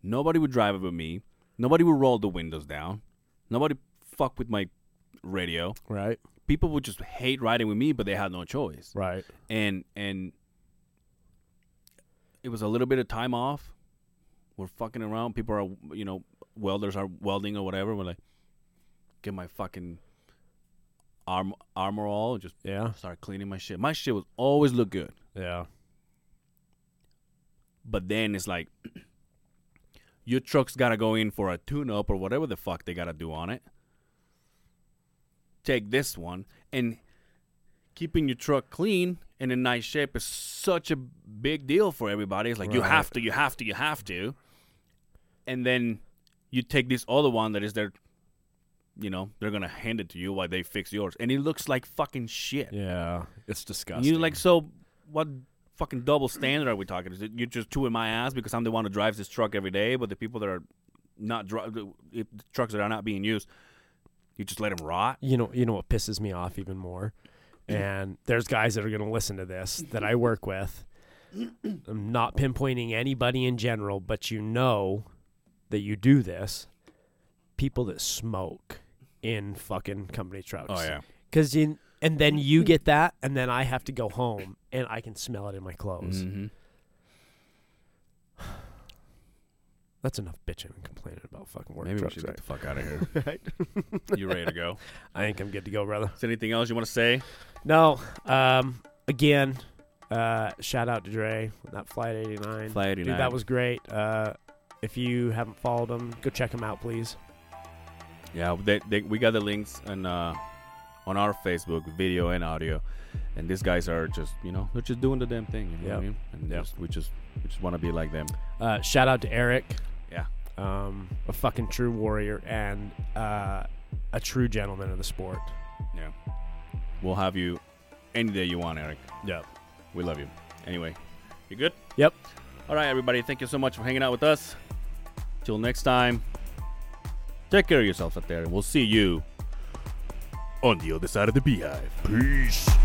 Nobody would drive it with me. Nobody would roll the windows down. Nobody fuck with my radio.
Right.
People would just hate riding with me, but they had no choice.
Right.
And and it was a little bit of time off. We're fucking around. People are you know welders are welding or whatever. We're like, get my fucking arm armor all. Just
Yeah.
start cleaning my shit. My shit was always look good.
Yeah.
But then it's like your truck's gotta go in for a tune up or whatever the fuck they gotta do on it. Take this one and keeping your truck clean and in nice shape is such a big deal for everybody. It's like you have to, you have to, you have to. And then you take this other one that is their you know, they're gonna hand it to you while they fix yours. And it looks like fucking shit.
Yeah. It's disgusting.
You like so what fucking double standard are we talking? Is it you're just chewing my ass because I'm the one who drives this truck every day, but the people that are not dri- if the trucks that are not being used, you just let them rot.
you know you know what pisses me off even more and there's guys that are going to listen to this that i work with i'm not pinpointing anybody in general but you know that you do this people that smoke in fucking company trucks because you and then you get that and then i have to go home and i can smell it in my clothes
Mhm.
that's enough bitching and complaining about fucking work
Maybe we
trucks
should
right?
get the fuck out of here. You ready to go?
i think i'm good to go brother
Is there anything else you want to say?
No. Um. Again, uh, shout out to Dre with that flight eighty nine.
Fly
Dude, that was great. Uh, if you haven't followed him, go check him out, please.
yeah. They, they, we got the links and uh, on our Facebook video and audio, and these guys are just you know they're just doing the damn thing. You know what I
Yep.
mean? And just, we just we just want to be like them.
Uh, shout out to Eric.
Yeah.
Um, a fucking true warrior and uh, a true gentleman of the sport.
Yeah. We'll have you any day you want, Eric.
Yep.
We love you. Anyway, you good?
Yep.
All right, everybody. Thank you so much for hanging out with us. Till next time, take care of yourselves out there, and we'll see you on the other side of the beehive. Peace.